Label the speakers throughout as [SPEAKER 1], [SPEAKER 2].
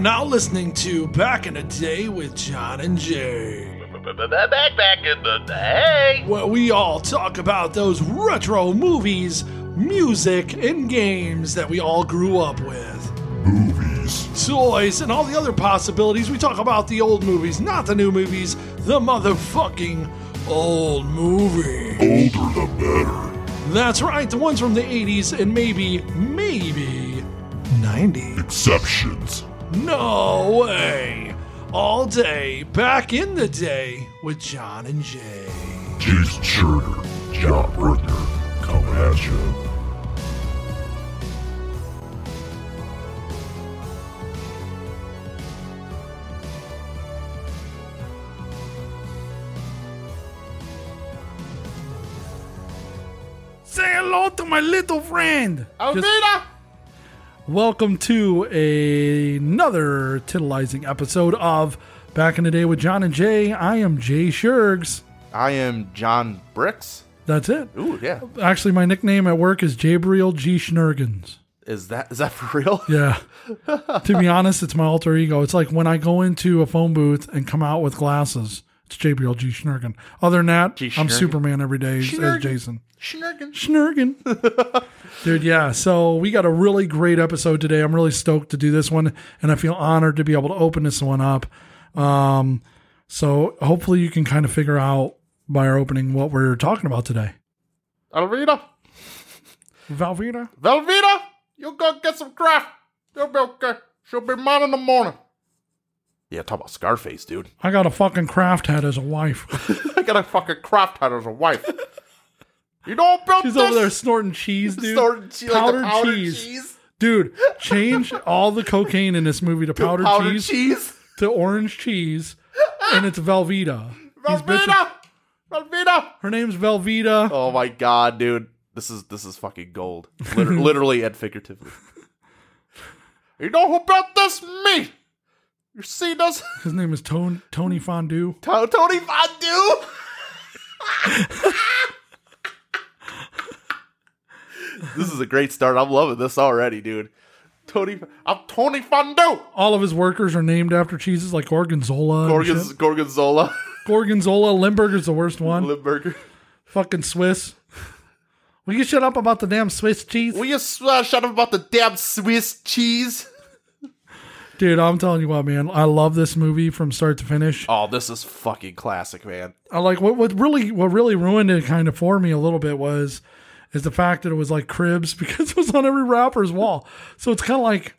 [SPEAKER 1] now listening to Back in the Day with John and Jay,
[SPEAKER 2] Back back in the day.
[SPEAKER 1] where we all talk about those retro movies, music, and games that we all grew up with.
[SPEAKER 3] Movies.
[SPEAKER 1] toys, and all the other possibilities. We talk about the old movies, not the new movies, the motherfucking old movies.
[SPEAKER 3] Older the better.
[SPEAKER 1] That's right, the ones from the 80s and maybe, maybe 90.
[SPEAKER 3] Exceptions.
[SPEAKER 1] No way. All day, back in the day with John and Jay.
[SPEAKER 3] Jason Scherner. John Britner. Come at ya.
[SPEAKER 4] Say hello to my little friend.
[SPEAKER 5] Alvita!
[SPEAKER 4] Welcome to a- another titillizing episode of Back in the Day with John and Jay. I am Jay Shergs.
[SPEAKER 5] I am John Bricks.
[SPEAKER 4] That's it.
[SPEAKER 5] Ooh, yeah.
[SPEAKER 4] Actually, my nickname at work is Jabriel G. Schnergens.
[SPEAKER 5] Is that is that for real?
[SPEAKER 4] Yeah. to be honest, it's my alter ego. It's like when I go into a phone booth and come out with glasses. It's Jabriel G. Schnergen. Other than that,
[SPEAKER 5] G.
[SPEAKER 4] I'm
[SPEAKER 5] Schnergen.
[SPEAKER 4] Superman every day as-
[SPEAKER 5] Schnergen.
[SPEAKER 4] as Jason.
[SPEAKER 5] Schnurgen.
[SPEAKER 4] Schnurgen. Dude, yeah. So we got a really great episode today. I'm really stoked to do this one, and I feel honored to be able to open this one up. Um, so hopefully you can kind of figure out by our opening what we're talking about today.
[SPEAKER 5] Alvita!
[SPEAKER 4] Valvina?
[SPEAKER 5] Velveeta! You go get some craft. You'll be okay. She'll be mine in the morning. Yeah, talk about Scarface, dude.
[SPEAKER 4] I got a fucking craft hat as a wife.
[SPEAKER 5] I got a fucking craft hat as a wife. you don't build
[SPEAKER 4] She's
[SPEAKER 5] this.
[SPEAKER 4] over there snorting cheese, dude.
[SPEAKER 5] Sorted cheese, like the
[SPEAKER 4] Powdered
[SPEAKER 5] powdered
[SPEAKER 4] cheese.
[SPEAKER 5] cheese.
[SPEAKER 4] Dude, change all the cocaine in this movie to powdered,
[SPEAKER 5] Powdered
[SPEAKER 4] cheese,
[SPEAKER 5] cheese.
[SPEAKER 4] to orange cheese, and it's Velveeta. These bitches-
[SPEAKER 5] Velveeta! Velveeta!
[SPEAKER 4] Her name's Velveeta.
[SPEAKER 5] Oh my god, dude. This is this is fucking gold. Liter- literally and figuratively. You know who built this? Me! You see this?
[SPEAKER 4] His name is Tone, Tony Fondue.
[SPEAKER 5] To- Tony Fondue? this is a great start. I'm loving this already, dude. Tony, I'm Tony Fondue!
[SPEAKER 4] All of his workers are named after cheeses like Gorgonzola. and
[SPEAKER 5] Gorgonz-
[SPEAKER 4] shit.
[SPEAKER 5] Gorgonzola,
[SPEAKER 4] Gorgonzola. Limburger's the worst one.
[SPEAKER 5] Limburger.
[SPEAKER 4] Fucking Swiss. Will you shut up about the damn Swiss cheese?
[SPEAKER 5] Will you s- uh, shut up about the damn Swiss cheese?
[SPEAKER 4] Dude, I'm telling you what, man. I love this movie from start to finish.
[SPEAKER 5] Oh, this is fucking classic, man.
[SPEAKER 4] I like what what really what really ruined it kind of for me a little bit was is the fact that it was like cribs because it was on every rapper's wall. So it's kind of like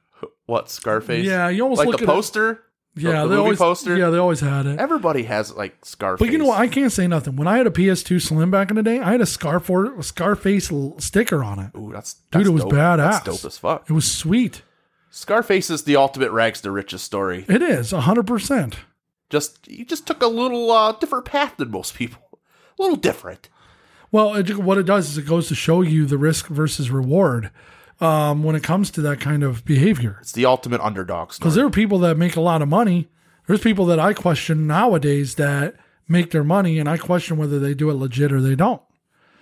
[SPEAKER 5] What Scarface?
[SPEAKER 4] Yeah, you almost
[SPEAKER 5] like
[SPEAKER 4] look
[SPEAKER 5] the
[SPEAKER 4] at it-
[SPEAKER 5] poster.
[SPEAKER 4] yeah,
[SPEAKER 5] the
[SPEAKER 4] they
[SPEAKER 5] movie
[SPEAKER 4] always
[SPEAKER 5] poster.
[SPEAKER 4] yeah, they always had it.
[SPEAKER 5] Everybody has like Scarface.
[SPEAKER 4] But you know what? I can't say nothing. When I had a PS2 Slim back in the day, I had a Scarf a Scarface l- sticker on it.
[SPEAKER 5] Ooh, that's,
[SPEAKER 4] Dude,
[SPEAKER 5] that's
[SPEAKER 4] it was
[SPEAKER 5] dope.
[SPEAKER 4] badass.
[SPEAKER 5] That's dope as fuck.
[SPEAKER 4] It was sweet.
[SPEAKER 5] Scarface is the ultimate rags to riches story.
[SPEAKER 4] It is hundred percent.
[SPEAKER 5] Just you just took a little uh, different path than most people. A little different.
[SPEAKER 4] Well, it, what it does is it goes to show you the risk versus reward um, when it comes to that kind of behavior.
[SPEAKER 5] It's the ultimate underdog story.
[SPEAKER 4] Because there are people that make a lot of money. There's people that I question nowadays that make their money, and I question whether they do it legit or they don't.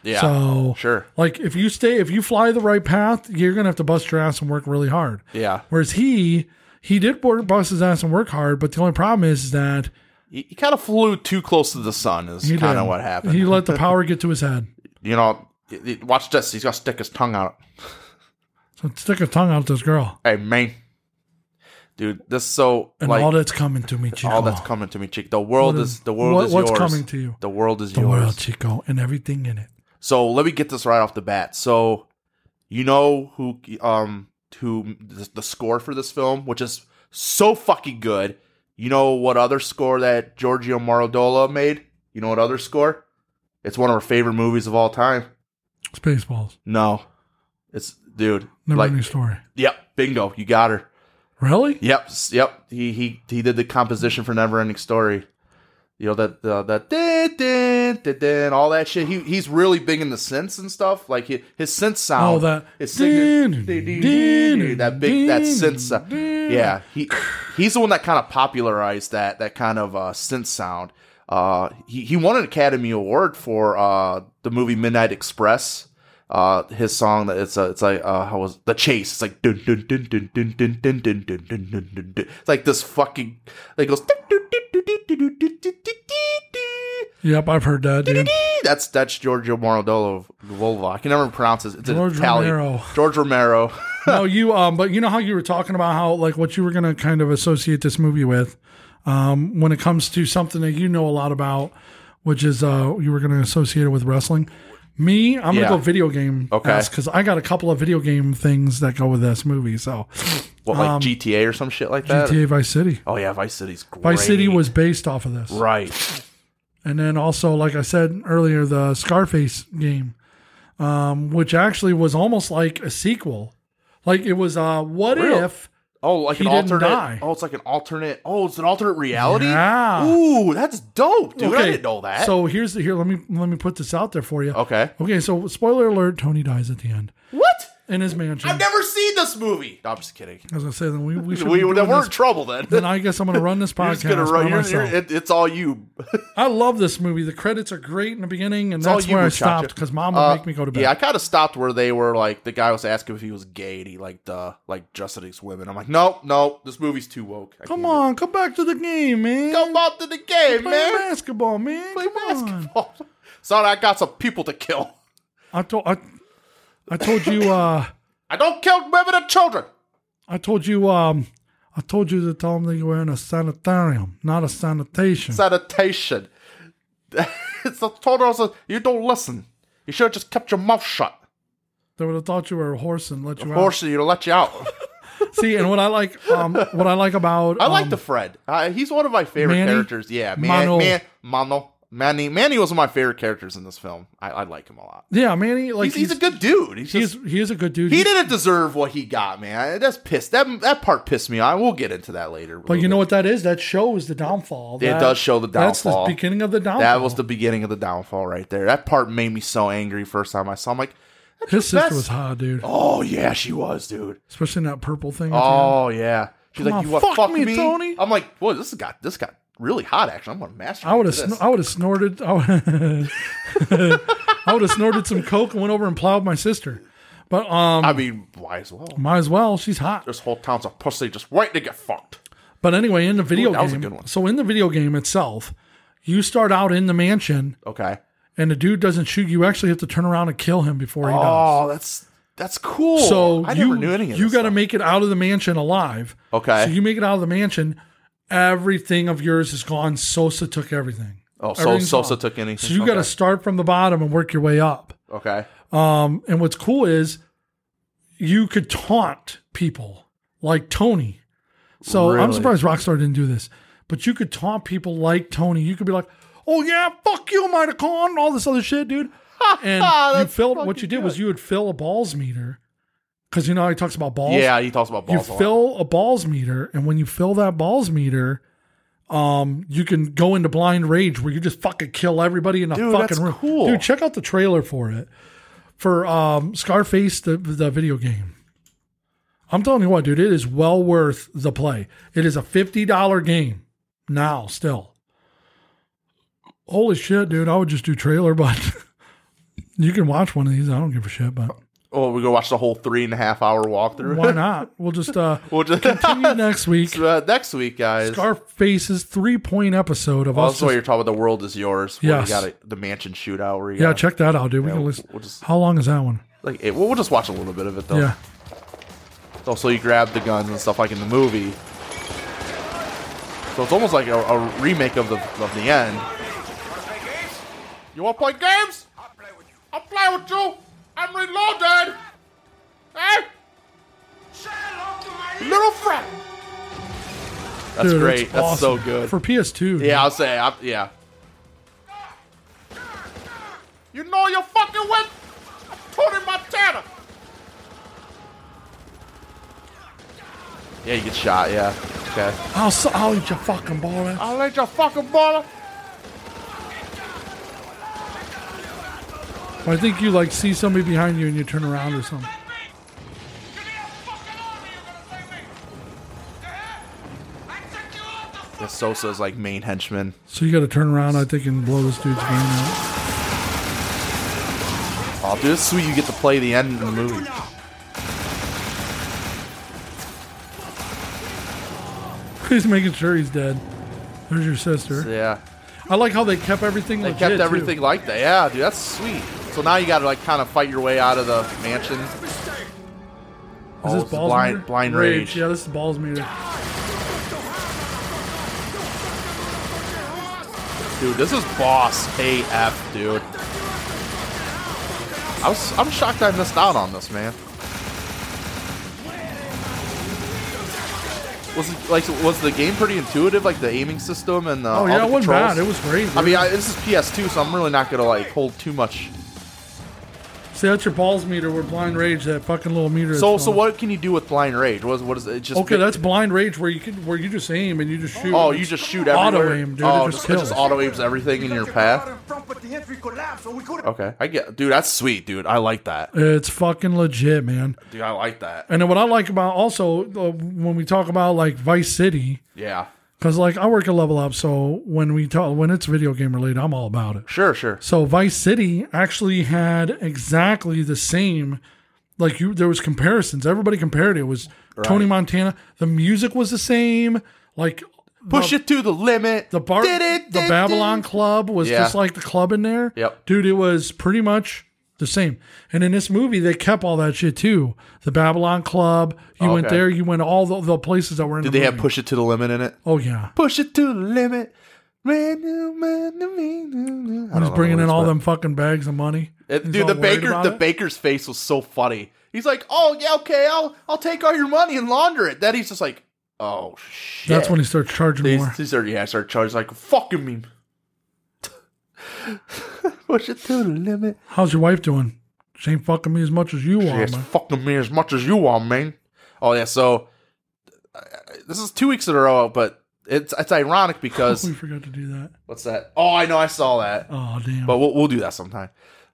[SPEAKER 5] yeah,
[SPEAKER 4] So
[SPEAKER 5] sure.
[SPEAKER 4] Like if you stay, if you fly the right path, you're gonna have to bust your ass and work really hard.
[SPEAKER 5] Yeah,
[SPEAKER 4] Whereas he, he did work, bust his ass and work hard, but the only problem is that
[SPEAKER 5] he, he kind of flew too close to the sun. Is
[SPEAKER 4] he
[SPEAKER 5] kind of
[SPEAKER 4] didn't.
[SPEAKER 5] what happened.
[SPEAKER 4] He let the power get to his head.
[SPEAKER 5] you know, y- y- watch this. He's gonna stick his tongue out.
[SPEAKER 4] So stick a tongue out this girl,
[SPEAKER 5] Hey, man, dude, this is so
[SPEAKER 4] and
[SPEAKER 5] like
[SPEAKER 4] all that's coming to me, Chico.
[SPEAKER 5] all that's coming to me, chick. The world
[SPEAKER 4] What
[SPEAKER 5] is
[SPEAKER 4] is-
[SPEAKER 5] the world
[SPEAKER 4] what-
[SPEAKER 5] is
[SPEAKER 4] what's
[SPEAKER 5] yours.
[SPEAKER 4] coming to you?
[SPEAKER 5] The world is
[SPEAKER 4] the
[SPEAKER 5] yours.
[SPEAKER 4] world, Chico, and everything in it.
[SPEAKER 5] So let me get this right off the bat. So you know who um who the, the score for this film, which is so fucking good. You know what other score that Giorgio Morodola made? You know what other score? It's one of our favorite movies of all time.
[SPEAKER 4] Spaceballs,
[SPEAKER 5] No, it's dude.
[SPEAKER 4] never
[SPEAKER 5] like,
[SPEAKER 4] ending story.
[SPEAKER 5] yep, bingo, you got her.
[SPEAKER 4] Really?
[SPEAKER 5] Yep, s- yep. He he he did the composition for Neverending Story. You know that uh, that din, din, din, din, all that shit. He he's really big in the synths and stuff. Like his, his synth sound.
[SPEAKER 4] Oh, that-
[SPEAKER 5] his signature-
[SPEAKER 4] din, din, din,
[SPEAKER 5] that big that
[SPEAKER 4] din,
[SPEAKER 5] synth. sound.
[SPEAKER 4] din.
[SPEAKER 5] Yeah, he he's the one that kind of popularized that that kind of uh, synth sound. Uh, he he won an Academy Award for uh the movie Midnight Express uh his song that it's a, it's like uh how was the chase it's like dun, dun, dun, dun, dun, dun, dun, dun, dun, dun, dun, dun, dun. it's like this fucking like goes dun, dun, dun, dun, dun, dun, dun, dun, dun, dun, dun.
[SPEAKER 4] Yep, I've heard that, dude.
[SPEAKER 5] that's that's Giorgio Morodello Volva. I can never pronounce it. It's
[SPEAKER 4] George
[SPEAKER 5] an Italian.
[SPEAKER 4] Romero.
[SPEAKER 5] George Romero.
[SPEAKER 4] no, you um, but you know how you were talking about how like what you were gonna kind of associate this movie with, um, when it comes to something that you know a lot about, which is uh, you were gonna associate it with wrestling. Me, I'm
[SPEAKER 5] Yeah.
[SPEAKER 4] gonna go video game.
[SPEAKER 5] Okay.
[SPEAKER 4] because I got a couple of video game things that go with this movie. So,
[SPEAKER 5] What
[SPEAKER 4] Um,
[SPEAKER 5] like GTA or some shit like that?
[SPEAKER 4] GTA Vice City.
[SPEAKER 5] Oh yeah, Vice City's great.
[SPEAKER 4] Vice City was based off of this,
[SPEAKER 5] right.
[SPEAKER 4] and then also, like I said earlier, the Scarface game, um, which actually was almost like a sequel. Like it was, uh, what
[SPEAKER 5] Really?
[SPEAKER 4] if?
[SPEAKER 5] Oh, like
[SPEAKER 4] He
[SPEAKER 5] an
[SPEAKER 4] didn't
[SPEAKER 5] alternate.
[SPEAKER 4] die.
[SPEAKER 5] Oh, it's like an alternate. Oh, it's an alternate reality.
[SPEAKER 4] Yeah.
[SPEAKER 5] Ooh, that's dope, dude. I didn't know that.
[SPEAKER 4] So here's the here. Let me let me put this out there for you.
[SPEAKER 5] okay.
[SPEAKER 4] Okay. So spoiler alert: Tony dies at the end
[SPEAKER 5] What?
[SPEAKER 4] in his mansion.
[SPEAKER 5] I've never seen this movie. No, I'm just kidding.
[SPEAKER 4] As I said, then we we should
[SPEAKER 5] We,
[SPEAKER 4] be doing
[SPEAKER 5] then we're in
[SPEAKER 4] this.
[SPEAKER 5] trouble then.
[SPEAKER 4] Then I guess I'm going to run this
[SPEAKER 5] You're
[SPEAKER 4] podcast
[SPEAKER 5] just gonna
[SPEAKER 4] by
[SPEAKER 5] run. You're,
[SPEAKER 4] myself.
[SPEAKER 5] you're, it, it's all you.
[SPEAKER 4] I love this movie. The credits are great in the beginning, and
[SPEAKER 5] It's all
[SPEAKER 4] that's
[SPEAKER 5] you,
[SPEAKER 4] where I
[SPEAKER 5] Muchacha.
[SPEAKER 4] stopped because mom would
[SPEAKER 5] Uh,
[SPEAKER 4] make me go to bed.
[SPEAKER 5] Yeah, I kind of stopped where they were like the guy was asking if he was gay and he liked uh like Justin League's women. I'm like, nope, nope, this movie's too woke. I
[SPEAKER 4] Come
[SPEAKER 5] can't
[SPEAKER 4] on, come back to the game, man.
[SPEAKER 5] do- come on to the game,
[SPEAKER 4] Play
[SPEAKER 5] man.
[SPEAKER 4] basketball, man.
[SPEAKER 5] Play
[SPEAKER 4] Come on.
[SPEAKER 5] basketball. Son, I got some people to kill.
[SPEAKER 4] I told I, I told you. uh
[SPEAKER 5] I don't kill women and children.
[SPEAKER 4] I told you. um I told you to tell them that you were in a sanitarium, not a sanitation.
[SPEAKER 5] Sanitation. it's the total. it's a- You don't listen. You should have just kept your mouth shut.
[SPEAKER 4] They would have thought you were a horse and let you out.
[SPEAKER 5] Forced you to let you out.
[SPEAKER 4] See, and what I like, um, what I like about
[SPEAKER 5] I like
[SPEAKER 4] um,
[SPEAKER 5] the Fred. Uh, he's one of my favorite
[SPEAKER 4] Manny?
[SPEAKER 5] characters. Yeah, man,
[SPEAKER 4] Mano.
[SPEAKER 5] man, Mano, Manny, Manny was one of my favorite characters in this film. I, I like him a lot.
[SPEAKER 4] yeah, Manny. Like
[SPEAKER 5] He's, he's, a good dude. He's,
[SPEAKER 4] he's
[SPEAKER 5] just,
[SPEAKER 4] he is a good dude.
[SPEAKER 5] he didn't deserve what he got, man. That's pissed. That that part pissed me off. We'll get into that later.
[SPEAKER 4] But you know what that is? That shows the downfall.
[SPEAKER 5] It
[SPEAKER 4] That-
[SPEAKER 5] does show the downfall.
[SPEAKER 4] That's the beginning of the downfall.
[SPEAKER 5] that was the beginning of the downfall right there. That part made me so angry first time I saw. him. like, that's
[SPEAKER 4] his
[SPEAKER 5] your
[SPEAKER 4] sister
[SPEAKER 5] best-
[SPEAKER 4] was hot, dude.
[SPEAKER 5] Oh yeah, she was, dude.
[SPEAKER 4] Especially in that purple thing. at the end.
[SPEAKER 5] Oh yeah. She's
[SPEAKER 4] Come
[SPEAKER 5] like,
[SPEAKER 4] on,
[SPEAKER 5] you want
[SPEAKER 4] fuck
[SPEAKER 5] fuck
[SPEAKER 4] me,
[SPEAKER 5] me,
[SPEAKER 4] Tony.
[SPEAKER 5] I'm like, whoa, this got this got really hot. Actually, I'm gonna master.
[SPEAKER 4] I would have sn- I would have snorted. I would, I would have snorted some coke and went over and plowed my sister. But um,
[SPEAKER 5] I mean, why as well?
[SPEAKER 4] might as well. She's hot.
[SPEAKER 5] This whole town's a pussy, just waiting to get fucked.
[SPEAKER 4] But anyway, in the video
[SPEAKER 5] Ooh, that was a
[SPEAKER 4] game,
[SPEAKER 5] good one.
[SPEAKER 4] so in the video game itself, you start out in the mansion
[SPEAKER 5] Okay.
[SPEAKER 4] and the dude doesn't shoot, you actually have to turn around and kill him before he dies.
[SPEAKER 5] Oh, that's that's cool.
[SPEAKER 4] So
[SPEAKER 5] I
[SPEAKER 4] you
[SPEAKER 5] never knew any of
[SPEAKER 4] you
[SPEAKER 5] this
[SPEAKER 4] got to
[SPEAKER 5] stuff.
[SPEAKER 4] make it out of the mansion alive.
[SPEAKER 5] Okay.
[SPEAKER 4] So you make it out of the mansion, everything of yours is gone. Sosa took everything.
[SPEAKER 5] Oh, so-
[SPEAKER 4] Everything's
[SPEAKER 5] Sosa
[SPEAKER 4] gone.
[SPEAKER 5] took anything?
[SPEAKER 4] So you got to
[SPEAKER 5] Okay.
[SPEAKER 4] start from the bottom and work your way up.
[SPEAKER 5] okay.
[SPEAKER 4] Um, and what's cool is you could taunt people like Tony. So I'm
[SPEAKER 5] Really?
[SPEAKER 4] surprised Rockstar didn't do this, but you could taunt people like Tony. You could be like, "Oh yeah, fuck you, Mitocon," and all this other shit, dude. And you
[SPEAKER 5] That's
[SPEAKER 4] filled what
[SPEAKER 5] fucking
[SPEAKER 4] you did was
[SPEAKER 5] good.
[SPEAKER 4] you would fill a balls meter because you know how he talks about balls.
[SPEAKER 5] Yeah, he talks about balls. a
[SPEAKER 4] you
[SPEAKER 5] lot.
[SPEAKER 4] fill a balls meter, and when you fill that balls meter. Um, you can go into blind rage where you just fucking kill everybody in a
[SPEAKER 5] Dude,
[SPEAKER 4] fucking
[SPEAKER 5] that's
[SPEAKER 4] room.
[SPEAKER 5] cool.
[SPEAKER 4] Dude, check out the trailer for it for um, Scarface the the video game. I'm telling you what, dude, it is well worth the play. It is a fifty dollar game now, still. Holy shit, dude! I would just do trailer, but you can watch one of these. I don't give a shit, but
[SPEAKER 5] Oh, we go watch the whole three and a half hour walkthrough.
[SPEAKER 4] why not? We'll just uh,
[SPEAKER 5] we'll just
[SPEAKER 4] continue next week.
[SPEAKER 5] uh, next week, guys.
[SPEAKER 4] Scarface's three point episode of
[SPEAKER 5] Well,
[SPEAKER 4] us.
[SPEAKER 5] that's why
[SPEAKER 4] just-
[SPEAKER 5] you're talking about. The world is yours. where
[SPEAKER 4] Yes.
[SPEAKER 5] You got it- the mansion shootout. Where you
[SPEAKER 4] yeah,
[SPEAKER 5] gotta-
[SPEAKER 4] check that out, dude. We can listen.
[SPEAKER 5] we'll just- Oh,
[SPEAKER 4] How long is that one?
[SPEAKER 5] Like, it, we'll, we'll just watch a little bit of it though.
[SPEAKER 4] Yeah.
[SPEAKER 5] Also, you grab the guns and stuff like in the movie. So it's almost like a, a remake of the of the end. You want to play games? I'll play with you. I'm reloaded. Hey, little friend. That's
[SPEAKER 4] Dude,
[SPEAKER 5] great. That's so
[SPEAKER 4] awesome.
[SPEAKER 5] good.
[SPEAKER 4] For PS2.
[SPEAKER 5] yeah, I'll say. I, yeah. You know you're fucking with Tony Montana. Yeah, you get shot. Yeah. Okay.
[SPEAKER 4] I'll, s- I'll eat your fucking ball out.
[SPEAKER 5] I'll let your fucking baller.
[SPEAKER 4] I think you like see somebody behind you and you turn around or something.
[SPEAKER 5] Yeah, Sosa's like main henchman.
[SPEAKER 4] So you got to turn around, I think, and blow this dude's brain out.
[SPEAKER 5] Oh, dude, it's sweet. You get to play the end of the movie.
[SPEAKER 4] He's making sure he's dead. There's your sister.
[SPEAKER 5] Yeah,
[SPEAKER 4] I like how they kept everything.
[SPEAKER 5] they
[SPEAKER 4] legit,
[SPEAKER 5] kept
[SPEAKER 4] too.
[SPEAKER 5] everything like that. Yeah, dude, that's sweet. So now you got to like kind of fight your way out of the mansion.
[SPEAKER 4] Is
[SPEAKER 5] Oh,
[SPEAKER 4] this
[SPEAKER 5] it's the
[SPEAKER 4] balls
[SPEAKER 5] blind,
[SPEAKER 4] meter?
[SPEAKER 5] blind rage.
[SPEAKER 4] Yeah, this is balls meter.
[SPEAKER 5] Dude, this is boss AF, dude. I was, I'm shocked I missed out on this, man. Was it, like was the game pretty intuitive, like the aiming system and the
[SPEAKER 4] Oh
[SPEAKER 5] all
[SPEAKER 4] yeah,
[SPEAKER 5] the
[SPEAKER 4] it wasn't
[SPEAKER 5] controls?
[SPEAKER 4] bad. It was great.
[SPEAKER 5] I
[SPEAKER 4] dude.
[SPEAKER 5] mean, I, this is PS2, so I'm really not gonna like hold too much.
[SPEAKER 4] see that's your balls meter with blind rage. That fucking little meter. that's
[SPEAKER 5] So, so
[SPEAKER 4] on.
[SPEAKER 5] what can you do with blind rage? What is, what is it? Just
[SPEAKER 4] Okay, that's blind rage where you could where you just aim and you just shoot.
[SPEAKER 5] oh, you just shoot
[SPEAKER 4] Auto
[SPEAKER 5] everywhere.
[SPEAKER 4] aim, dude, it
[SPEAKER 5] Oh,
[SPEAKER 4] just
[SPEAKER 5] just, it just
[SPEAKER 4] kills.
[SPEAKER 5] auto aims everything in your path.
[SPEAKER 6] path.
[SPEAKER 5] Okay, I get, dude, that's sweet, dude. I like that,
[SPEAKER 4] It's fucking legit, man.
[SPEAKER 5] dude. I like that.
[SPEAKER 4] And then what I like about also uh, when we talk about like Vice City,
[SPEAKER 5] Yeah,
[SPEAKER 4] because like I work at Level Up, so when we talk when it's video game related, I'm all about it.
[SPEAKER 5] sure, sure.
[SPEAKER 4] So Vice City actually had exactly the same. Like you, there was comparisons. Everybody compared it. It was Tony Montana. The music was the same. Like
[SPEAKER 5] Push it to the limit.
[SPEAKER 4] the bar,
[SPEAKER 5] Did it,
[SPEAKER 4] the
[SPEAKER 5] did
[SPEAKER 4] Babylon
[SPEAKER 5] it.
[SPEAKER 4] Club was
[SPEAKER 5] Yeah.
[SPEAKER 4] just like the club in there.
[SPEAKER 5] Yep.
[SPEAKER 4] dude, it was pretty much the same. And in this movie, they kept all that shit too. The Babylon Club. You went
[SPEAKER 5] Oh, Okay.
[SPEAKER 4] there. You went all the, the places that were in.
[SPEAKER 5] Did
[SPEAKER 4] the
[SPEAKER 5] they have
[SPEAKER 4] movie.
[SPEAKER 5] push it to the limit in it?
[SPEAKER 4] Oh yeah,
[SPEAKER 5] Push it to the limit. Man, no, man, no, man, no, no. I
[SPEAKER 4] he's
[SPEAKER 5] don't know
[SPEAKER 4] bringing
[SPEAKER 5] the
[SPEAKER 4] in
[SPEAKER 5] words,
[SPEAKER 4] all
[SPEAKER 5] but-
[SPEAKER 4] them fucking bags of money.
[SPEAKER 5] It-
[SPEAKER 4] He's
[SPEAKER 5] Uh, dude,
[SPEAKER 4] all
[SPEAKER 5] the
[SPEAKER 4] worried
[SPEAKER 5] baker,
[SPEAKER 4] about
[SPEAKER 5] the
[SPEAKER 4] it.
[SPEAKER 5] baker's face was so funny. He's like, "Oh yeah, okay, I'll I'll take all your money and launder it." Then he's just like, "Oh shit."
[SPEAKER 4] That's when he starts charging
[SPEAKER 5] They,
[SPEAKER 4] more.
[SPEAKER 5] they start, yeah, start charging like fucking me. Push it to the limit.
[SPEAKER 4] How's your wife doing? She ain't fucking me as much as you are,
[SPEAKER 5] Yes,
[SPEAKER 4] man.
[SPEAKER 5] fucking me as much as you are, man. Oh yeah, so uh, this is two weeks in a row, but it's it's ironic
[SPEAKER 4] We
[SPEAKER 5] because
[SPEAKER 4] forgot to do that.
[SPEAKER 5] what's that? Oh, I know, I saw that.
[SPEAKER 4] Oh damn!
[SPEAKER 5] But we'll, we'll do that sometime.